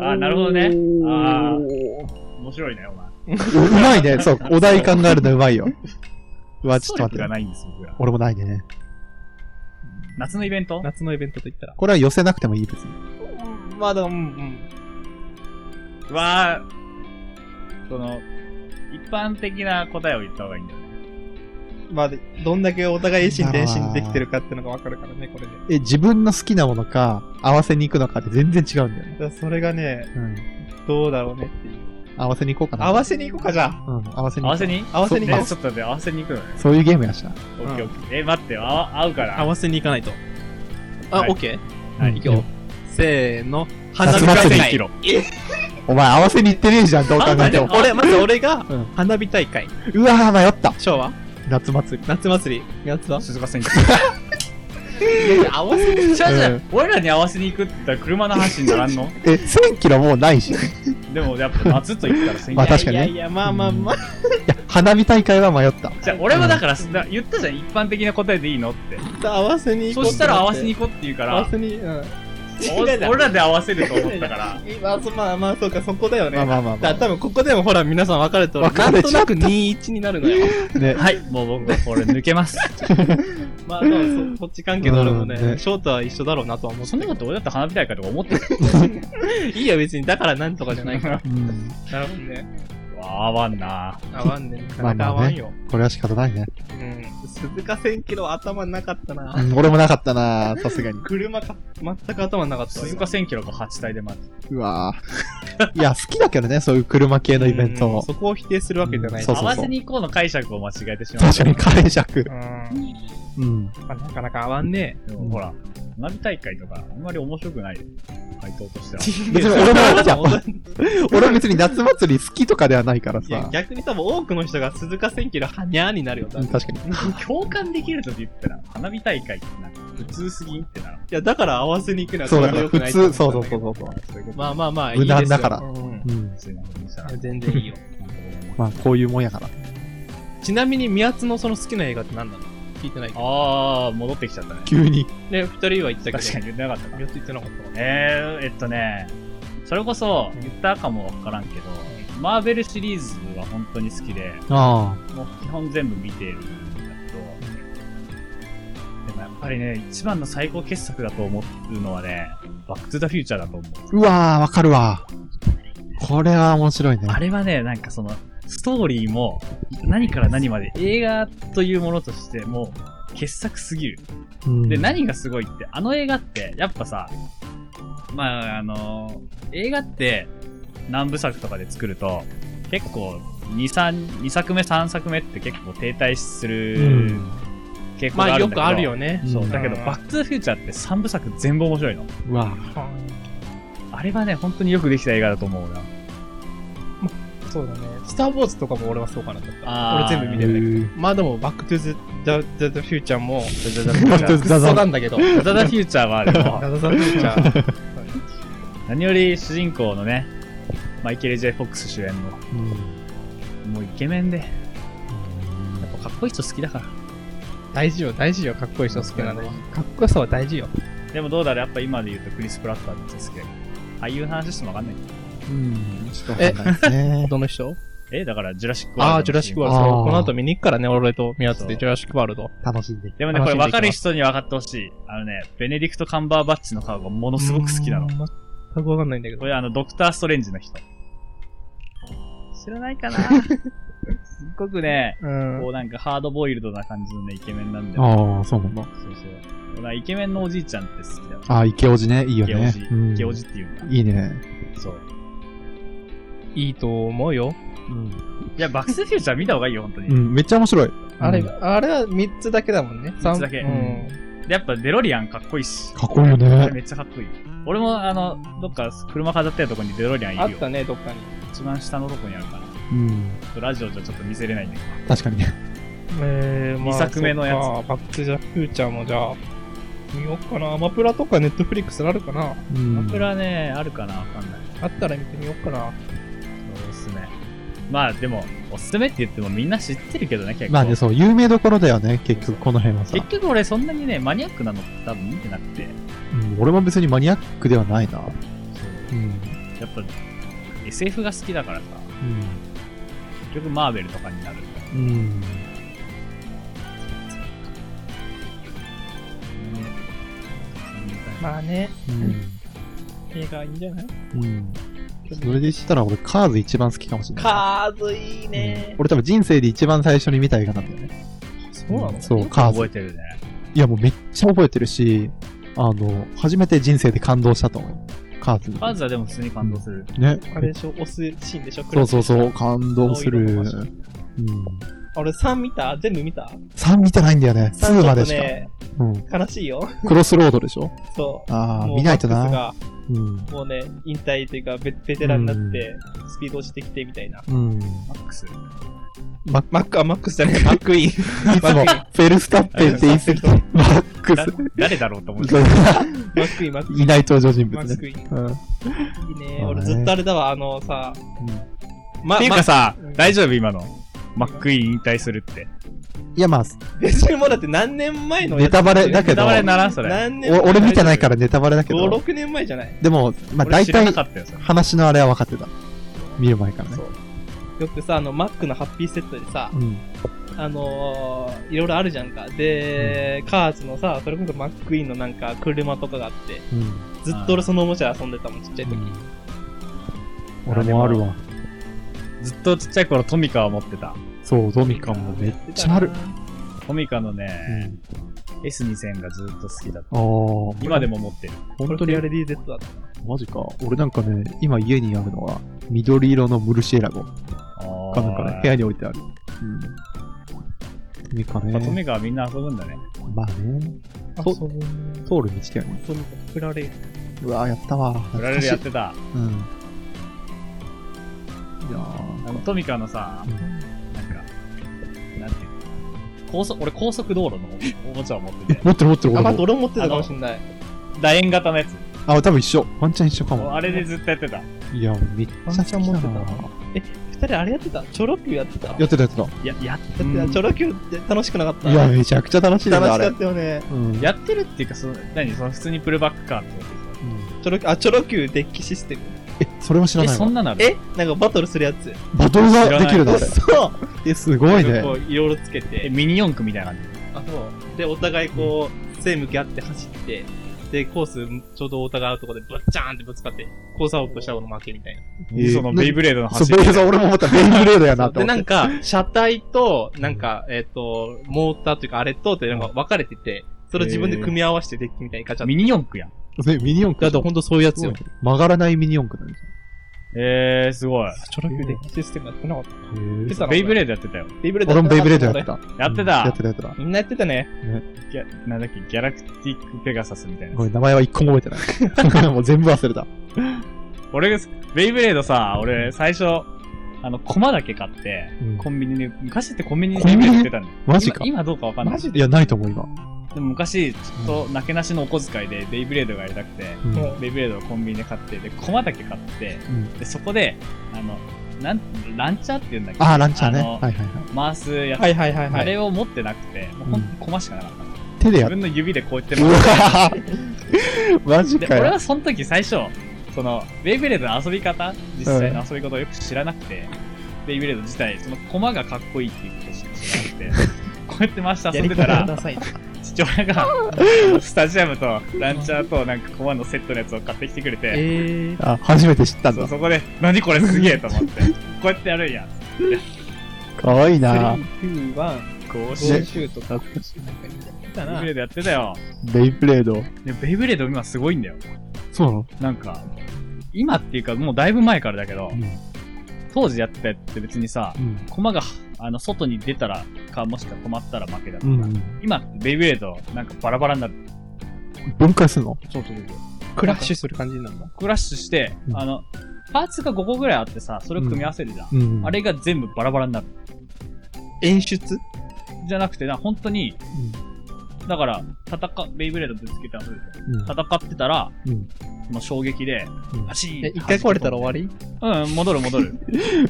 Speaker 3: あーなるほどね。ああ、面白いね、お前。
Speaker 2: ううまいね。そう、お題考えるのうまいよ。うわ、ちょっと待
Speaker 3: ストイック
Speaker 2: っ
Speaker 3: が
Speaker 2: て。
Speaker 3: ないんです、僕ら。
Speaker 2: 俺もないね。
Speaker 3: 夏のイベント
Speaker 1: 夏のイベントと言ったら。
Speaker 2: これは寄せなくてもいい、別に。
Speaker 1: まだ、うんうん。
Speaker 3: は、その、一般的な答えを言った方がいいんだよね。
Speaker 1: まあ、どんだけお互い心伝心できてるかってのがわかるからね、これで。
Speaker 2: え、自分の好きなものか、合わせに行くのかって全然違うんだよね。
Speaker 1: だからそれがね、
Speaker 2: うん。
Speaker 1: どうだろうねっていう。
Speaker 2: 合わせに行こうかな。
Speaker 1: 合わせに行こうか、じゃあ。
Speaker 2: うん、合わせに行こ
Speaker 3: 合わ
Speaker 2: う
Speaker 3: せに
Speaker 1: 合わせに行こ
Speaker 3: えちょっとで合わせに行くのね。
Speaker 2: そういうゲームやしな。
Speaker 3: オッケーオッケー。え、待ってよ、あわ合うから。
Speaker 1: 合わせに行かないと。あ、
Speaker 3: はい
Speaker 1: オッケー
Speaker 2: はい
Speaker 1: 行くよ。せーの。
Speaker 2: 夏
Speaker 3: 夏
Speaker 2: 祭り
Speaker 3: 祭り行きろ
Speaker 2: お前合わせに行ってねえじゃん、どう考えても。
Speaker 1: 俺、まず俺が
Speaker 2: うん、
Speaker 1: 花火大会。
Speaker 2: うわぁ、迷った。
Speaker 1: 昭和
Speaker 2: 夏祭り。
Speaker 1: 夏祭り。夏だ
Speaker 3: 鈴鹿線 行きろいやいや合わせに行っちゃうじゃん。俺らに合わせに行くって言ったら車の話にならんの
Speaker 2: え、1000キロもうないし。
Speaker 3: でもやっぱ夏と言ったら千
Speaker 2: まあ
Speaker 3: 切
Speaker 2: 確かに
Speaker 1: い
Speaker 2: ね
Speaker 1: やいや、まあまあまあ。
Speaker 2: いや、花火大会は迷った。
Speaker 3: じゃあ俺もだから、だ言ったじゃん、一般的な答えでいいのって。
Speaker 1: 合わせに行
Speaker 3: そ
Speaker 1: こう
Speaker 3: したら合わせに
Speaker 1: 行
Speaker 3: 行こうって言うか
Speaker 1: 合わ
Speaker 3: ら、
Speaker 1: せに、うん。
Speaker 3: お俺らで合わせると思ったから。
Speaker 1: 今、あそうまあまあ、そうか、そこだよね。
Speaker 2: まあまあまあまあ
Speaker 1: だから多分ここでもほら、皆さん分かれてる。
Speaker 2: 分かれ
Speaker 1: なんと
Speaker 2: ちゃ
Speaker 1: な
Speaker 2: った
Speaker 1: く21になるのよ。
Speaker 2: ね。
Speaker 3: はい、もう僕はこれ抜けます。
Speaker 1: まあ、でもそこっち関係の俺もね、
Speaker 2: うんね
Speaker 1: ショートは一緒だろうなとは思って。
Speaker 3: そんなこと俺だったら花火大会とか思ってた
Speaker 1: いいよ、別に。だからなんとかじゃない から。
Speaker 2: うん。
Speaker 1: なるほどね。
Speaker 3: わ合わんな
Speaker 1: 合わんね。なか
Speaker 2: まあ
Speaker 1: なか合
Speaker 2: ま
Speaker 1: わ
Speaker 2: あ
Speaker 1: ん
Speaker 2: ね
Speaker 1: よ。。
Speaker 2: これは仕方ないね。
Speaker 1: うん。鈴鹿千キロ頭なかったな。
Speaker 2: うん俺もなかったなさすがに。
Speaker 1: 車か、全く頭なかったわ。
Speaker 3: 鈴鹿1000キロか8体で待って
Speaker 2: うわぁ。いや、好きだけどね、そういう車系のイベント
Speaker 1: うん
Speaker 2: も。
Speaker 1: そこを否定するわけじゃない。
Speaker 2: そうそうそう
Speaker 3: 合わせに行こうの解釈を間違えてしまう
Speaker 2: 確かに解釈
Speaker 1: う。ん。
Speaker 2: うん。
Speaker 1: まあ、なかなか合わんね
Speaker 3: でもほら花火大会とかあんまり面白くない回答としては
Speaker 2: 別に俺もじゃあ
Speaker 1: いや
Speaker 2: 俺は別に夏祭り好きとかではないから
Speaker 1: いや
Speaker 2: さ。
Speaker 1: 逆に多分多くの人が鈴鹿千キロはにゃーになるよ。多
Speaker 2: う
Speaker 1: 分
Speaker 2: ん
Speaker 1: い
Speaker 2: 確かに。
Speaker 3: 共感できると言ったら花火大会ってなんか普通すぎんってなら
Speaker 1: や、だから合わせに行くのは
Speaker 2: そう
Speaker 1: ちょ
Speaker 2: だか
Speaker 1: う
Speaker 2: ら
Speaker 1: ど良く
Speaker 2: 普
Speaker 1: ない。
Speaker 2: 通、そうそうそううそうそう。
Speaker 3: そういうこと
Speaker 1: まあまあまあ、いい
Speaker 2: 無
Speaker 1: ですよ
Speaker 2: 難だから
Speaker 1: うんうん
Speaker 2: うん。
Speaker 3: すいませんでした
Speaker 1: いや全然いいよ。
Speaker 2: まあ、こういうもんやから。
Speaker 1: ちなみに、宮津のその好きな映画って何なの聞いてないけど。
Speaker 3: ああ戻ってきちゃったね
Speaker 2: 急に。
Speaker 1: ね、二人は言ってた
Speaker 3: 確
Speaker 1: け
Speaker 3: かに言ってなかった
Speaker 1: ど、
Speaker 3: な
Speaker 1: 宮津言ってなかったわね。
Speaker 3: えー、えっとねそれこそ言ったかもわからんけどマーベルシリーズは本当に好きで
Speaker 2: あ
Speaker 3: もう基本全部見ているんだけど、でもやっぱりね、一番の最高傑作だと思うのはね、バックトゥザフューチャーだと思う。
Speaker 2: うわぁ、わかるわ。これは面白いね。
Speaker 3: あれはね、なんかその、ストーリーも、何から何まで映画というものとしてもう、傑作すぎる。
Speaker 2: うん
Speaker 3: で、何がすごいって、あの映画って、やっぱさ、まあ、あの、映画って、何部作とかで作ると、結構、2、3、2作目、3作目って結構停滞す
Speaker 2: う
Speaker 3: る
Speaker 2: ん。
Speaker 3: 傾向
Speaker 1: ま
Speaker 3: があ
Speaker 1: あ、
Speaker 3: る
Speaker 1: よ
Speaker 3: んだけど、
Speaker 1: くあるよね。
Speaker 2: うん
Speaker 3: そう、だけど、
Speaker 1: うん
Speaker 3: バックトゥザフューチャーって3部作全部面白いの。
Speaker 2: うわぁ。
Speaker 3: あれはね、本当によくできた映画だと思うな。
Speaker 1: そうだね。スター・ウォーズとかも俺はそうかなと思
Speaker 3: あー
Speaker 1: った。俺全部見てるんだけど。まあでも、バック・トゥ・ザ・ザ・ザ・ザ・フューチャーも、ザ・ザ・ザ・フューチャー。クソなんだけど。
Speaker 3: ザ・ザ・フューチャーはで
Speaker 1: ザ・
Speaker 3: も、
Speaker 1: ザ・ザ・フューチャー。
Speaker 3: 何より主人公のね、マイケル・ J ・フォックス主演の、
Speaker 2: うん
Speaker 3: もうイケメンで、やっぱかっこいい人好きだから。
Speaker 1: 大事よ、大事よ。かっこいい人好きなのは。かっこよさは大事よ。
Speaker 3: でもどうだろう、やっぱ今で言うとクリス・プラットはめっちゃ好きだけど。俳優の話してもわかんない。
Speaker 2: うん。ちょっとわかんないですね。
Speaker 1: どの人
Speaker 3: え、だからジュラシック・
Speaker 1: ああ、ジュラシック・ワールド。
Speaker 2: あー
Speaker 1: この後見に行くからね、俺と宮津
Speaker 3: そ
Speaker 1: で
Speaker 3: う
Speaker 1: ジュラシック・ワールド。
Speaker 2: 楽しんで。
Speaker 3: でもね、これ分かる人には分かってほしい。あのね、ベネディクト・カンバーバッチの顔がものすごく好きな
Speaker 1: う。
Speaker 3: の
Speaker 1: ん。全くわかんないんだけど
Speaker 3: こ。れあの、ドクター・ストレンジの人。知らないか なすっごくね、
Speaker 1: うん
Speaker 3: こうなんかハードボイルドな感じのね、イケメンなんだよ。
Speaker 2: ああ、そうなの。
Speaker 3: そうそう。俺はイケメンのおじいちゃんって好きだよ。
Speaker 2: ああ、イケオジね。いい
Speaker 3: イ
Speaker 2: よ
Speaker 3: ケお
Speaker 2: ね
Speaker 3: じ。
Speaker 2: うん。
Speaker 3: イケおじっていうんだ。
Speaker 2: いいね。
Speaker 3: そう。
Speaker 1: いいと思うよ。
Speaker 2: うん。
Speaker 3: いや、バックスフューチャー見た方がいいよ、本当
Speaker 2: う
Speaker 3: に。
Speaker 2: ん、めっちゃ面白い。
Speaker 1: あれ、
Speaker 2: うん
Speaker 1: あれは3つだけだもんね。
Speaker 3: 三つだけ
Speaker 1: うん。
Speaker 3: で、やっぱデロリアンかっこいいし。
Speaker 2: かっこいいよね。
Speaker 3: めっちゃかっこいい。俺もあの、どっか車飾ってるとこにデロリアンい
Speaker 1: あっ
Speaker 3: るよ。
Speaker 1: たね、どっかに。
Speaker 3: 一番下のとこにあるから。ち
Speaker 2: うん。
Speaker 3: ょっとラジオじゃちょっと見せれないんだけど。
Speaker 2: 確かにね。
Speaker 1: えー、まあ、
Speaker 3: 二作目のやつ
Speaker 1: そっかバック・トゥ・ザ・フューチャーもじゃあ、見よっかな。アマプラとかネットフリックスあるかな。
Speaker 2: うん
Speaker 3: アプラね、あるかなわかんない。
Speaker 1: あったら見てみようかな。
Speaker 3: おすすめ。まあでも、おすすめって言ってもみんな知ってるけどね、結構。
Speaker 2: まあね、そう、有名どころだよね、結局、この辺はさ。
Speaker 3: 結局俺そんなにね、マニアックなの多分見てなくて、
Speaker 2: うん、俺も別にマニアックではないな。うん。
Speaker 3: やっぱ SF が好きだからさ、結局マーベルとかになる。
Speaker 2: うん。うん。
Speaker 1: まあね、
Speaker 2: うん。
Speaker 1: 映画いいんじゃない
Speaker 2: うん。それで言ったら、俺、カーズ一番好きかもしれない。
Speaker 1: カーズいい
Speaker 2: うん。。俺多分人生で一番最初に見た映画なんだよね。
Speaker 1: そうなの
Speaker 2: そう、
Speaker 3: よく
Speaker 2: カー
Speaker 3: 覚
Speaker 2: ズ。
Speaker 3: えてるね。
Speaker 2: いや、もうめっちゃ覚えてるし、あの、初めて人生で感動したと思う。カーズに。
Speaker 3: カーズはでも普通に感動する。
Speaker 2: ね。
Speaker 1: あれでしょ、押すシーンでしょ
Speaker 2: そうそうそう、
Speaker 1: う。
Speaker 2: 感動する。う
Speaker 1: 青
Speaker 2: ん
Speaker 1: 色の。俺3見た全部見た
Speaker 2: 3見てないんだよね。
Speaker 1: 三
Speaker 2: 2
Speaker 1: ちょ
Speaker 2: ま
Speaker 1: っと
Speaker 2: でしか。
Speaker 1: ね、
Speaker 2: うん。
Speaker 1: 悲しいよ。
Speaker 2: クロスロードでしょ
Speaker 1: そう。
Speaker 2: ああ、
Speaker 1: もう
Speaker 2: 見ないと
Speaker 1: マックス
Speaker 2: な。
Speaker 1: が
Speaker 2: うん。
Speaker 1: もうね、引退というか、ベベテランになって、スピード落ちてきてみたいな。
Speaker 2: うん。
Speaker 3: マックス。
Speaker 1: マックはマックスじゃない、マックイーン。
Speaker 2: いつも、フェルスタッペンって言い過ぎて、マック
Speaker 3: だ
Speaker 2: ス。
Speaker 3: 誰だろうと思って。
Speaker 1: マックイーン、マックイーン。
Speaker 2: いない登場人
Speaker 1: マ
Speaker 2: 物
Speaker 1: ッ
Speaker 2: ね。
Speaker 1: クイーン。
Speaker 2: うん。
Speaker 1: いいね。
Speaker 2: まあね
Speaker 1: 俺ずっとあれだわ、あのさ、ま
Speaker 3: っていうかさ
Speaker 1: ま、
Speaker 3: 大丈夫今の。マックイーン引退するって。
Speaker 2: いや、まあ、
Speaker 1: 別にもうだって何年前のやつ
Speaker 2: ネタバレだけ
Speaker 3: ネ
Speaker 2: ど
Speaker 3: タバレにならんそれ。
Speaker 1: 何年。
Speaker 2: お俺見てないか ららネタバレだけ
Speaker 1: 5、
Speaker 2: ど、
Speaker 1: 6年前じゃない。
Speaker 2: でも、まあ
Speaker 3: 俺
Speaker 2: 大
Speaker 3: 知ら
Speaker 2: 体
Speaker 3: なかったよ、それ。
Speaker 2: 話のあれは分かってた。見る前からね
Speaker 1: そ。うよくさ、あの、マックのハッピーセットでさ
Speaker 2: う、ん。
Speaker 1: あのー、いろいろあるじゃんか。で、カーズのさ、それこそマックイーンのなんか車とかがあって、
Speaker 2: うん。
Speaker 1: ずっと俺そのおもちゃで遊んでたもん、ちっちゃい時。
Speaker 2: うん俺もあるわ。
Speaker 3: ずっとちっちゃい頃トミカは持ってた。
Speaker 2: そう、ドミカもめっちゃある。
Speaker 3: トミカの
Speaker 2: う
Speaker 3: ね、
Speaker 2: ん。
Speaker 3: S2000 がずっと好きだった。
Speaker 2: あー
Speaker 3: 今でも持ってる。
Speaker 2: 本
Speaker 1: 本
Speaker 2: 当
Speaker 1: 当
Speaker 2: に
Speaker 1: に
Speaker 2: あ
Speaker 1: あ
Speaker 2: れ
Speaker 1: れ DZ だった。
Speaker 2: マジか。俺なんかね、今家にあるのは、緑色のムルシエラゴかなんかね、部
Speaker 3: や
Speaker 2: 屋に置いてある。うん。トミカ
Speaker 3: っぱト
Speaker 2: ね。
Speaker 3: ミカはみんな遊ぶんだね。
Speaker 2: まあね。
Speaker 1: あ
Speaker 2: そう
Speaker 1: そう。
Speaker 2: 通る道だよね。
Speaker 1: とにかく振られる。
Speaker 2: うわーやったわ。
Speaker 3: フ
Speaker 2: 懐
Speaker 3: ラ
Speaker 2: かし
Speaker 3: レル
Speaker 2: い
Speaker 3: やってた。
Speaker 2: うん。いや
Speaker 3: あのトミカのさ、
Speaker 2: うん
Speaker 3: なんか、なんていうの高速、俺高速道路のおもちゃを持ってて
Speaker 2: ー、持ってる持ってる
Speaker 1: あ、
Speaker 2: 俺
Speaker 1: まあ、
Speaker 2: も。
Speaker 1: 俺も持ってたかもしんない。
Speaker 3: 楕円型のやつ。
Speaker 2: あ、多分一緒。ワンチャン一緒かも。
Speaker 3: あれでずっとやってた。
Speaker 2: いや、めっちゃ好
Speaker 1: ワ
Speaker 2: きだ
Speaker 1: ン
Speaker 2: な
Speaker 1: チャン持って二人あれやってたチョロ Q やってた
Speaker 2: やってたやって。
Speaker 3: や、やって
Speaker 1: だってチョロ Q って楽しくなかったた
Speaker 2: いや、めちゃくちゃ楽しいだ
Speaker 1: 楽
Speaker 2: な、
Speaker 1: しか
Speaker 2: あれ
Speaker 1: っ。たよね。
Speaker 2: うん。
Speaker 3: やってるっていうか、その、何その普通にプルバックカーってこと
Speaker 2: うん
Speaker 1: チョロ、あ、チョロ Q デッキシステム。
Speaker 2: え、それも知ら
Speaker 3: え、
Speaker 2: ない
Speaker 3: そ
Speaker 2: わ
Speaker 3: ん。なのある
Speaker 1: えなんかバトルするやつ。
Speaker 2: バトルができるのあれ。
Speaker 1: そう
Speaker 2: え、すごいね
Speaker 1: こ。う、いろいろつけ
Speaker 3: え、
Speaker 1: て。
Speaker 3: ミニ四駆みたいな感
Speaker 1: あ、そう。で、お互いこう、背向き合って走って、で、コース、ちょうどお互いのとこでぶっちゃーんってぶつかって、コースアウトした方の負けみたいな。
Speaker 2: え
Speaker 3: じ。
Speaker 2: ー
Speaker 3: そのベイブレードの
Speaker 2: そう、
Speaker 3: 走
Speaker 2: ベ
Speaker 3: り
Speaker 2: イ。ブレード、俺も思った。ベイブレードやなって
Speaker 1: で、
Speaker 2: 思
Speaker 1: な
Speaker 2: っ
Speaker 1: ん
Speaker 2: て。
Speaker 1: か、車体と、なんか、えっ、と、モーターというか、あれと、ってなんか分かれてて、それを自分で組み合わせてデッキみたいにガチャって。
Speaker 3: ミニ四駆やん。
Speaker 2: ねミニ四駆。
Speaker 1: だとほんとそういうやつよ。
Speaker 2: 曲がらないミニ四駆なんです
Speaker 3: えー、すごい。
Speaker 1: チョロ Q デッキシステムやってなかった。
Speaker 2: よ。
Speaker 1: そう
Speaker 3: ベイブレードやってたよ。
Speaker 1: ベイブレード
Speaker 2: 俺もベイブレードやって
Speaker 1: た。
Speaker 2: た。
Speaker 3: やって
Speaker 2: うんや
Speaker 3: た
Speaker 2: って。たやってた。
Speaker 1: みんなやってたね。
Speaker 3: ギャなんだっけ、ギャラクティックペガサスみたいな
Speaker 2: ご。めん、名前は一個も覚えてない。 もう全部忘れた。
Speaker 3: 俺、ベイブレードさ、俺、最初、あの、コマだけ買って、
Speaker 2: うん
Speaker 3: コンビニで、昔ってコンビニで
Speaker 2: コ
Speaker 3: ベイ
Speaker 2: ン
Speaker 3: ブ
Speaker 2: ビ
Speaker 3: レ
Speaker 2: ニ
Speaker 3: ー
Speaker 2: で
Speaker 3: ド売ってたんだよ。
Speaker 2: マジか
Speaker 3: 今。今どうかわかんな
Speaker 2: マ
Speaker 3: い。
Speaker 2: ジでいや、ないと思う、今。
Speaker 3: でも昔、ちょっと、なけなしのお小遣いで、ベイブレードがやりたくて、
Speaker 2: うん
Speaker 1: も
Speaker 3: ベイブレードをコンビニで買って、で、コマだけ買って、
Speaker 2: うん
Speaker 3: で、そこで、あの、なん、ランチャーって言うんだけど、
Speaker 2: あー、ランチャーね。
Speaker 3: あ
Speaker 2: は
Speaker 3: の
Speaker 2: いはいはい。
Speaker 3: 回すやつ、
Speaker 1: はいはいはいは
Speaker 3: あ
Speaker 1: い。
Speaker 3: れを持ってなくて、もうほんとコマしかなかった。
Speaker 2: 手でやる。
Speaker 3: 自分の指でこうやって
Speaker 2: う
Speaker 3: 回す
Speaker 2: わ ーマジ
Speaker 3: で、
Speaker 2: か
Speaker 3: 俺
Speaker 2: よ。
Speaker 3: はその時最初、その、ベイブレードの遊び方、実際の遊び方をよく知らなくて、ベイブレード自体、その駒がかっこいいっていうことを知らなくて、こうやって回して遊んでた ら、
Speaker 1: ダサいな。
Speaker 3: 父親が、スタジアムとランチャーとなんか駒のセットのやつを買ってきてくれて、
Speaker 1: えー。
Speaker 2: あ、初めて知ったん
Speaker 3: そう
Speaker 2: だ。
Speaker 3: そこで、何これすげえと思って、こうやってやるんや。
Speaker 2: かわいいな
Speaker 1: 3、2、1、
Speaker 3: こうし、
Speaker 1: ゴ
Speaker 3: ベ
Speaker 1: ーシュートか。なんかやった
Speaker 3: イ
Speaker 1: な
Speaker 3: ブレードやってたよ。
Speaker 2: ベイブレード。
Speaker 3: でベイブレード今すごいんだよ。
Speaker 2: そうなの
Speaker 3: なんか、今っていうかもうだいぶ前からだけど
Speaker 2: う、ん。
Speaker 3: 当時やってたやつって別にさ、
Speaker 2: うん
Speaker 3: 駒が、あの、外に出たらか、もしくは止まったら負けだと
Speaker 2: う
Speaker 3: か、
Speaker 2: ん。
Speaker 3: 今ってベイブレード、なんかバラバラになる。
Speaker 2: 分解するの
Speaker 3: そうそうそう。
Speaker 1: クラッシュする感じになるの
Speaker 3: クラッシュして、
Speaker 2: うん
Speaker 3: あの、パーツが5個ぐらいあってさ、それを組み合わせるじゃん。
Speaker 2: うん。
Speaker 3: あれが全部バラバラになる。
Speaker 1: 演出
Speaker 3: じゃなくてな、本当に、
Speaker 2: うん
Speaker 3: だから、戦、ベイブレードぶつけたらそうですよ
Speaker 2: うん
Speaker 3: 戦ってたら、
Speaker 2: うん
Speaker 3: その衝撃で、
Speaker 2: うん
Speaker 3: パシーン
Speaker 1: え、一回壊れたら終わり
Speaker 3: わうん、戻る戻る。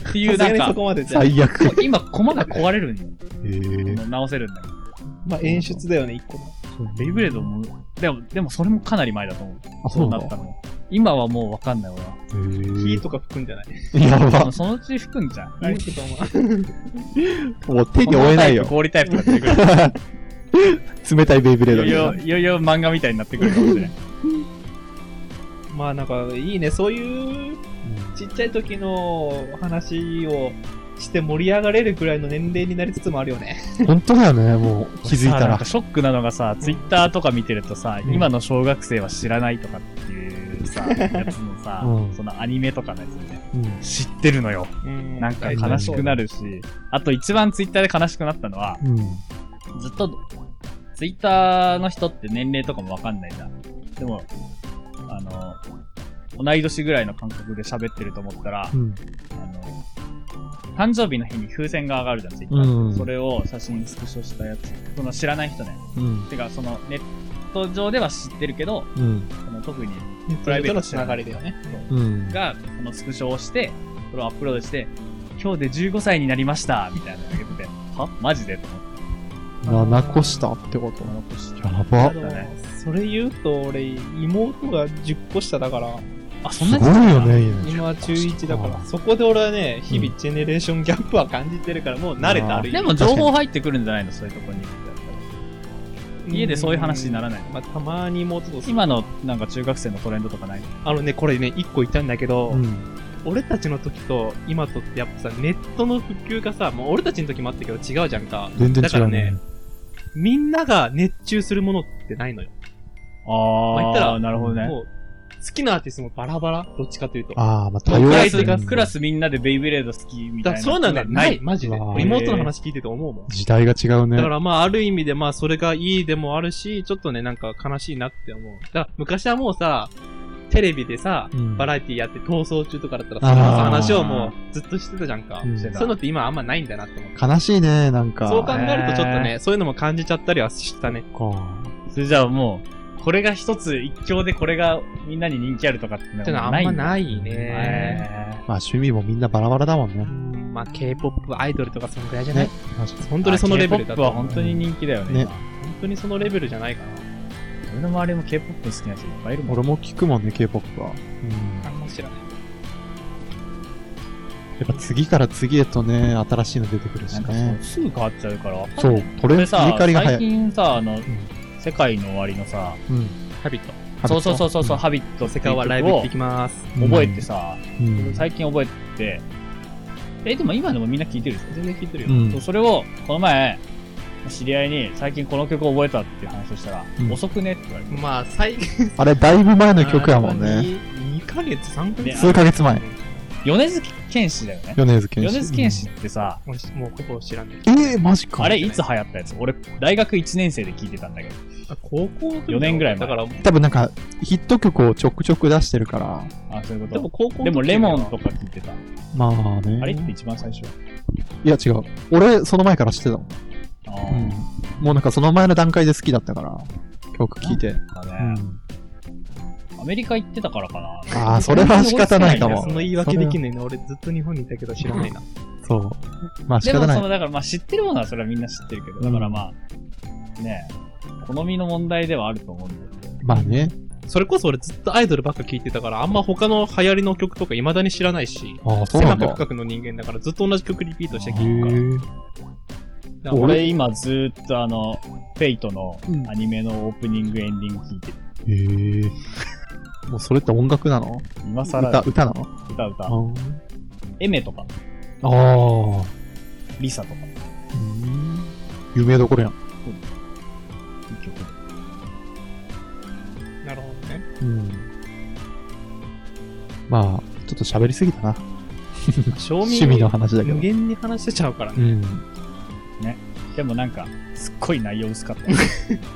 Speaker 3: ってい
Speaker 1: さ
Speaker 3: う、
Speaker 1: す
Speaker 3: な
Speaker 1: が
Speaker 3: ん
Speaker 1: に そ
Speaker 3: か、
Speaker 1: こまでじゃん。
Speaker 2: 最悪。へ
Speaker 3: 今、駒が壊れるんよ。
Speaker 2: ぇ
Speaker 3: 直せるんだけど。
Speaker 1: まあ演出だよね、一個の。
Speaker 3: ベイブレードも、でも、でもそれもかなり前だと思う。
Speaker 2: あ、
Speaker 3: そ
Speaker 2: そうう
Speaker 3: な
Speaker 2: な
Speaker 3: っ
Speaker 2: ん
Speaker 3: た
Speaker 2: だ。
Speaker 3: の。今はもうわかんない俺は。
Speaker 2: へぇ
Speaker 1: 火とか吹くんじゃない
Speaker 2: やば。
Speaker 3: そのうち吹くんじゃん。
Speaker 1: あれとかも
Speaker 2: もう手に負え ないよ。
Speaker 3: 氷タイプが出てくる。
Speaker 2: 冷たいベイブレード
Speaker 3: いよいよ、
Speaker 2: に。
Speaker 3: いよいよ漫画みたいになってくるかもしれない。
Speaker 1: まあなんか、いいね、そういうちっちゃい時の話をして盛り上がれるくらいの年齢になりつつもあるよね。
Speaker 2: うん本当だよね、も う。気づい
Speaker 3: さ
Speaker 2: た
Speaker 3: あなん
Speaker 2: ら
Speaker 3: か。ショックなのがさ、ツイッターとか見てるとさ、
Speaker 2: うん
Speaker 3: 今の小学生は知らないとかっていうるさ、やつのさ、
Speaker 2: うん
Speaker 3: そのアニメとかのやつね、
Speaker 2: うん。
Speaker 3: 知ってるのよ。
Speaker 1: うん
Speaker 3: なんか悲しくなるし、あと一番ツイッターで悲しくなったのは、
Speaker 2: うん。
Speaker 3: ずっと、ツイッターの人って年齢とかもわかんないじゃん。でも、あの、同い年ぐらいの感覚で喋ってると思ったら、
Speaker 2: うん。
Speaker 3: あの、誕生日の日に風船が上がるじゃん、ツイッター。
Speaker 2: うん。
Speaker 3: それを写真スクショしたやつ。その知らない人ね。
Speaker 2: うん。
Speaker 3: てか、そのネット上では知ってるけど、
Speaker 2: うん。
Speaker 3: その特に
Speaker 1: プライベートのつながりだよね。
Speaker 2: うん。
Speaker 3: が、そのスクショをして、それをアップロードして、今日で15歳になりましたみたいなの言って、はマジでと思って
Speaker 2: 7個下ってこと
Speaker 3: 残しちゃ
Speaker 2: や
Speaker 3: あ
Speaker 2: ば
Speaker 1: あ。
Speaker 3: だね
Speaker 1: のそれ言うと、俺、妹が10個下だから、
Speaker 3: あ、そん
Speaker 2: す
Speaker 3: な
Speaker 2: ごいよ。ね。
Speaker 1: 今11だか
Speaker 2: う
Speaker 1: ら、
Speaker 2: ん
Speaker 1: そこで俺はね、日々ジェネレーションギャップは感じてるから、もう慣れた、
Speaker 2: あー
Speaker 1: ある意
Speaker 3: で
Speaker 1: 味
Speaker 3: も情報入ってくるんじゃないのそういうとこに。家でそういう話にならない
Speaker 1: うんまあ、たまに妹とする
Speaker 3: 今のなんか中学生のトレンドとかない
Speaker 1: あのね、これね、1個いたんだけど、
Speaker 2: うん。
Speaker 1: 俺たちの時と今とってやっぱさ、ネットの普及がさ、もう俺たちの時もあったけど違うじゃんか。
Speaker 2: 全然
Speaker 1: だか
Speaker 2: 違
Speaker 1: ら
Speaker 2: う
Speaker 1: ね
Speaker 2: ね。
Speaker 1: みんなが熱中するものってないのよ。まあ言った
Speaker 3: あ
Speaker 1: ら
Speaker 3: ー、なるほどね。
Speaker 1: もう、好きなアーティストもバラバラどっちかというと。
Speaker 2: ああ、まあ、多
Speaker 3: ク
Speaker 2: 様
Speaker 3: ラ
Speaker 2: 性が
Speaker 3: ス、クラスみんなでベイブレード好きみた
Speaker 1: だ
Speaker 3: い
Speaker 1: から
Speaker 3: な。
Speaker 1: そうなんだよ。ない。。マジで。
Speaker 2: うわー
Speaker 1: 俺妹の話聞いてて思うもん。
Speaker 2: 時代が違うね。
Speaker 1: だからまあ、ある意味でまあ、それがいいでもあるし、ちょっとね、なんか悲しいなって思う。だから昔はもうさ、テレビでさ、
Speaker 2: うん
Speaker 1: バラエティやって逃走中とかだったら
Speaker 2: あ
Speaker 1: さ、
Speaker 2: ー
Speaker 1: その話をもうずっとしてたじゃんか。
Speaker 2: うん
Speaker 3: してた
Speaker 1: そういうのって今あんまないんだなって思って。
Speaker 2: 悲しいね、なんか。
Speaker 1: そう考えるとちょっと
Speaker 3: へ
Speaker 1: ね、そういうのも感じちゃったりはしたね。
Speaker 2: か。
Speaker 3: それじゃあもう、これが一つ一強でこれがみんなに人気あるとかってのは
Speaker 1: ってのはあんまないね。
Speaker 2: まあ、趣味もみんなバラバラだもん
Speaker 1: う
Speaker 2: ね。
Speaker 1: んまあ、K-POP アイドルとかそのぐらいじゃない、
Speaker 2: ねマジで
Speaker 1: 本
Speaker 3: 本
Speaker 1: 当にそのレベルだと
Speaker 3: K-POP は本当に人気だよね。
Speaker 2: ね
Speaker 3: 今
Speaker 1: 本当にそのレベルじゃないかな。
Speaker 3: 俺の周りも K-POP 好きな人いっぱいいるもん。
Speaker 2: 俺も聞くもんね、K-POP は。うん。
Speaker 1: かもしれない。
Speaker 2: やっぱ次から次へとね、新しいの出てくるし
Speaker 3: なんか
Speaker 2: ね
Speaker 3: そう。すぐ変わっちゃうからわかんな
Speaker 2: そ
Speaker 3: い。
Speaker 2: う、トレンド
Speaker 3: これ
Speaker 2: 切り
Speaker 3: さ
Speaker 2: 替、わりが早
Speaker 3: 最
Speaker 2: い。
Speaker 3: 近さ、あの、世界の終わりのさ、
Speaker 2: うん。
Speaker 1: ハビット。
Speaker 3: そうそうそうそうそう、ハビット
Speaker 1: 世
Speaker 3: 世
Speaker 1: 界
Speaker 3: 界
Speaker 1: は
Speaker 3: は
Speaker 1: ラ
Speaker 3: ラ
Speaker 1: イ
Speaker 3: イ
Speaker 1: ブ
Speaker 3: ブ
Speaker 1: 行っ
Speaker 3: を
Speaker 1: てきます。
Speaker 3: 覚えてさ、
Speaker 2: うん。うん。
Speaker 3: 最近覚えて、え、でも今でもみんな聞いてるでしょ
Speaker 1: 全然聞いてるよ。
Speaker 2: うん
Speaker 3: そうそれを、この前、知り合いに最近この曲覚えたっていう話をしたら、
Speaker 2: うん
Speaker 3: 遅くねって言われて。
Speaker 1: まあ、最近
Speaker 2: あれ、だいぶ前の曲やもんね。
Speaker 1: 2ヶ月、3ヶ
Speaker 3: ね
Speaker 1: 月
Speaker 2: 数ヶ月前。
Speaker 3: 米津玄師だよね。
Speaker 2: 米津玄師。
Speaker 3: 米津玄師ってさ、
Speaker 1: 俺もうほぼ知らない。
Speaker 2: うん。ええ、マジか。
Speaker 3: あれいつ流行ったやつ俺、大学1年生で聞いてたんだけど。
Speaker 1: あ高校の時
Speaker 3: 4年ぐらい
Speaker 1: だ
Speaker 3: 前
Speaker 1: から、
Speaker 2: 多分なんか、ヒット曲をちょくちょく出してるから。
Speaker 3: あ、そういうこ
Speaker 1: でも
Speaker 3: と。
Speaker 1: 高校の時
Speaker 3: でも、レモンとか聞いてた。
Speaker 2: まあね。
Speaker 3: あれって一番最初。
Speaker 2: いや違う。俺、その前から知ってたもん。
Speaker 3: あ
Speaker 2: うん。もうなんかその前の段階で好きだったから、曲聴いて。
Speaker 3: あ、
Speaker 2: う
Speaker 3: なんかね。
Speaker 2: ん。
Speaker 3: アメリカ行ってたからかな。
Speaker 2: あーそれは仕方ない かも
Speaker 1: その言い訳できないの俺ずっと日本にいたけど知らないな。
Speaker 2: そう。まあ 仕
Speaker 3: でも
Speaker 2: 方
Speaker 3: そ
Speaker 2: ない
Speaker 3: の。だからまあ知ってるものはそれはみんな知ってるけど、だからまあ、ねえ、好みの問題ではあると思うんだけど。
Speaker 2: まあね。
Speaker 1: それこそ俺ずっとアイドルばっか聞いてたから、あんま他の流行りの曲とか未だに知らないし、
Speaker 2: ああ、そうな
Speaker 1: 狭
Speaker 2: ん
Speaker 1: く
Speaker 2: だ。
Speaker 1: 深くの人間だからずっと同じ曲リピートして
Speaker 2: へ
Speaker 1: 聞くから。
Speaker 2: え。
Speaker 1: だから
Speaker 3: 俺今ずーっとあの、フェイトの
Speaker 2: うん
Speaker 3: アニメのオープニングエンディング聞いてる。
Speaker 2: へえ。もうそれって音楽なの
Speaker 3: 今更
Speaker 2: 歌、
Speaker 3: 歌
Speaker 2: 歌なの
Speaker 3: 歌歌。
Speaker 2: あ
Speaker 3: エメとか、
Speaker 2: あー。
Speaker 3: リサとか、い
Speaker 2: うん有名どころやん。
Speaker 3: い曲。
Speaker 1: なるほどね。
Speaker 2: うん。まあ、ちょっと喋りすぎたな。
Speaker 1: 賞味
Speaker 2: 趣味の話だけど
Speaker 1: 無。限に話してちゃうから
Speaker 2: う
Speaker 1: ね。
Speaker 2: ん。
Speaker 3: でもなんか、すっごい内容薄かった。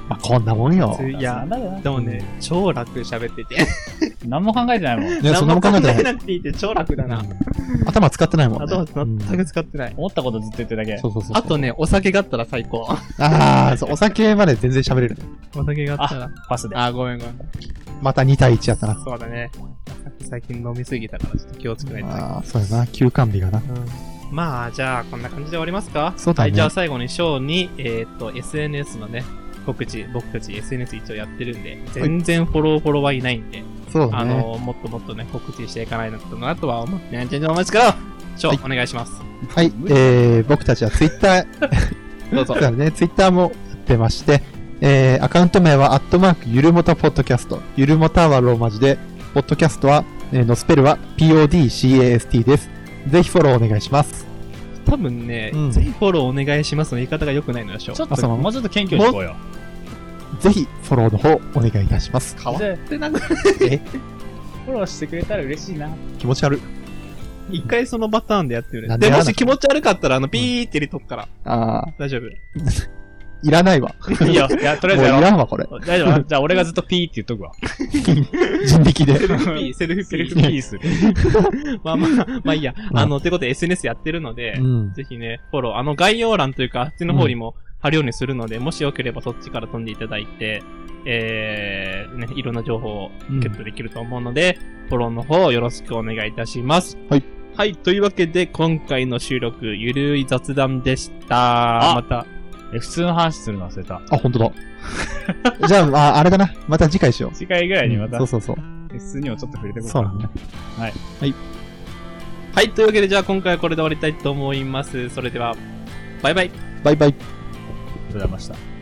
Speaker 2: まあこんなもんよ。
Speaker 1: いや
Speaker 3: なんだよな
Speaker 1: でもね、超楽喋ってて。
Speaker 3: 何も考えてないもん。
Speaker 2: ね、そんなもん考えてない。
Speaker 1: なくていいって超楽だな。
Speaker 2: 頭使ってないもんね。
Speaker 1: あとは全
Speaker 2: うん
Speaker 1: く使ってない。
Speaker 3: 思ったことずっと言ってるだけ。
Speaker 2: そうそうそう。
Speaker 1: あと、ね、お酒があったら最高。
Speaker 2: ああ、そう、お酒まで全然喋れる。
Speaker 1: お酒があった
Speaker 3: あ
Speaker 1: ら。、
Speaker 3: パスで。
Speaker 1: あ、ごめんごめん。
Speaker 2: また2対1やったな。
Speaker 1: そうだね。最近飲みすぎたからちょっと気をつけないとね。
Speaker 2: ああ、そうやな。休館日がな。
Speaker 1: まあ、じゃあ、こんな感じで終わりますか
Speaker 2: そうだね
Speaker 1: はい、じゃあ最後に、ショーに、えーっと、SNS のね、告知、僕たち SNS 一応やってるんで、全然フォローフォロワーいないんで、
Speaker 2: そうだ
Speaker 1: あ
Speaker 2: ね。
Speaker 1: の、もっともっとね、告知していかないとなとは思ってないんで、お待ちから、ショー、お願いします。
Speaker 2: はい。えー、僕たち は Twitter、
Speaker 1: どうぞ
Speaker 2: そう。だね、Twitter もやってまして、えー、アカウント名は、アットマーク、ゆるもたポッドキャスト。ゆるもたはローマ字で、ポッドキャストは、えーのスペルは、PODCAST です。ぜひフォローお願いします。
Speaker 1: 多分ね、
Speaker 2: うん
Speaker 1: ぜひフォローお願いしますの言い方が良くないのよ、ショ
Speaker 3: ち
Speaker 1: ー。
Speaker 3: ょっ
Speaker 2: あそ
Speaker 3: と、
Speaker 2: の
Speaker 3: もうちょっと謙虚に行こうよ。
Speaker 2: ぜひフォローの方、お願いいたします。
Speaker 1: 変わってなく
Speaker 2: え
Speaker 3: フォローしてくれたら嬉しいな。
Speaker 2: 気持ち悪い。
Speaker 1: 一回そのパターンでやってみ
Speaker 2: な
Speaker 1: る。
Speaker 2: ん
Speaker 1: で、
Speaker 2: でやら
Speaker 1: も
Speaker 2: な
Speaker 1: し気持ち悪かったら、あの、ピーって入れとくから。
Speaker 2: ああ、
Speaker 1: 大 丈夫。
Speaker 2: いら ないわ。
Speaker 3: いいよ。いや、とりあ
Speaker 2: も
Speaker 3: え
Speaker 2: うい
Speaker 3: ずやろ
Speaker 2: ら
Speaker 3: う。
Speaker 2: んわ、これ。
Speaker 3: 大丈夫じゃあ俺がずっとピーって言っとくわ。
Speaker 2: 人 力で。
Speaker 1: セルフピー、セルフピ
Speaker 3: セルフ
Speaker 1: ー。
Speaker 3: ピーする。
Speaker 1: まあまあ、まあいいや。
Speaker 2: ん
Speaker 1: あの、ってことで SNS やってるので
Speaker 2: う、ん。
Speaker 1: ぜひね、フォロー、あの概要欄というか、あっちの方にも貼るようにするので、もしよければそっちから飛んでいただいて、えー、ね、いろんな情報をゲットできると思うので、フォローの方よろしくお願いいたします。
Speaker 2: はい。
Speaker 1: はい、というわけで、今回の収録、ゆるい雑談でした。
Speaker 3: あ
Speaker 1: また、
Speaker 3: え普通の話するの忘れた。
Speaker 2: あ、本当 だ。じゃあ、あ、あれだな。また次回しよ
Speaker 3: 次回ぐら
Speaker 2: う。
Speaker 3: いにま
Speaker 2: そ
Speaker 3: た
Speaker 2: う、そうそう。
Speaker 3: 普通にもちょっと触れてこ
Speaker 2: そうなんだ。
Speaker 1: はい、というわけで、じゃあ今回はこれで終わりたいと思います。それでは、バイバイ。
Speaker 2: バイバイ。
Speaker 3: ありがとうございました。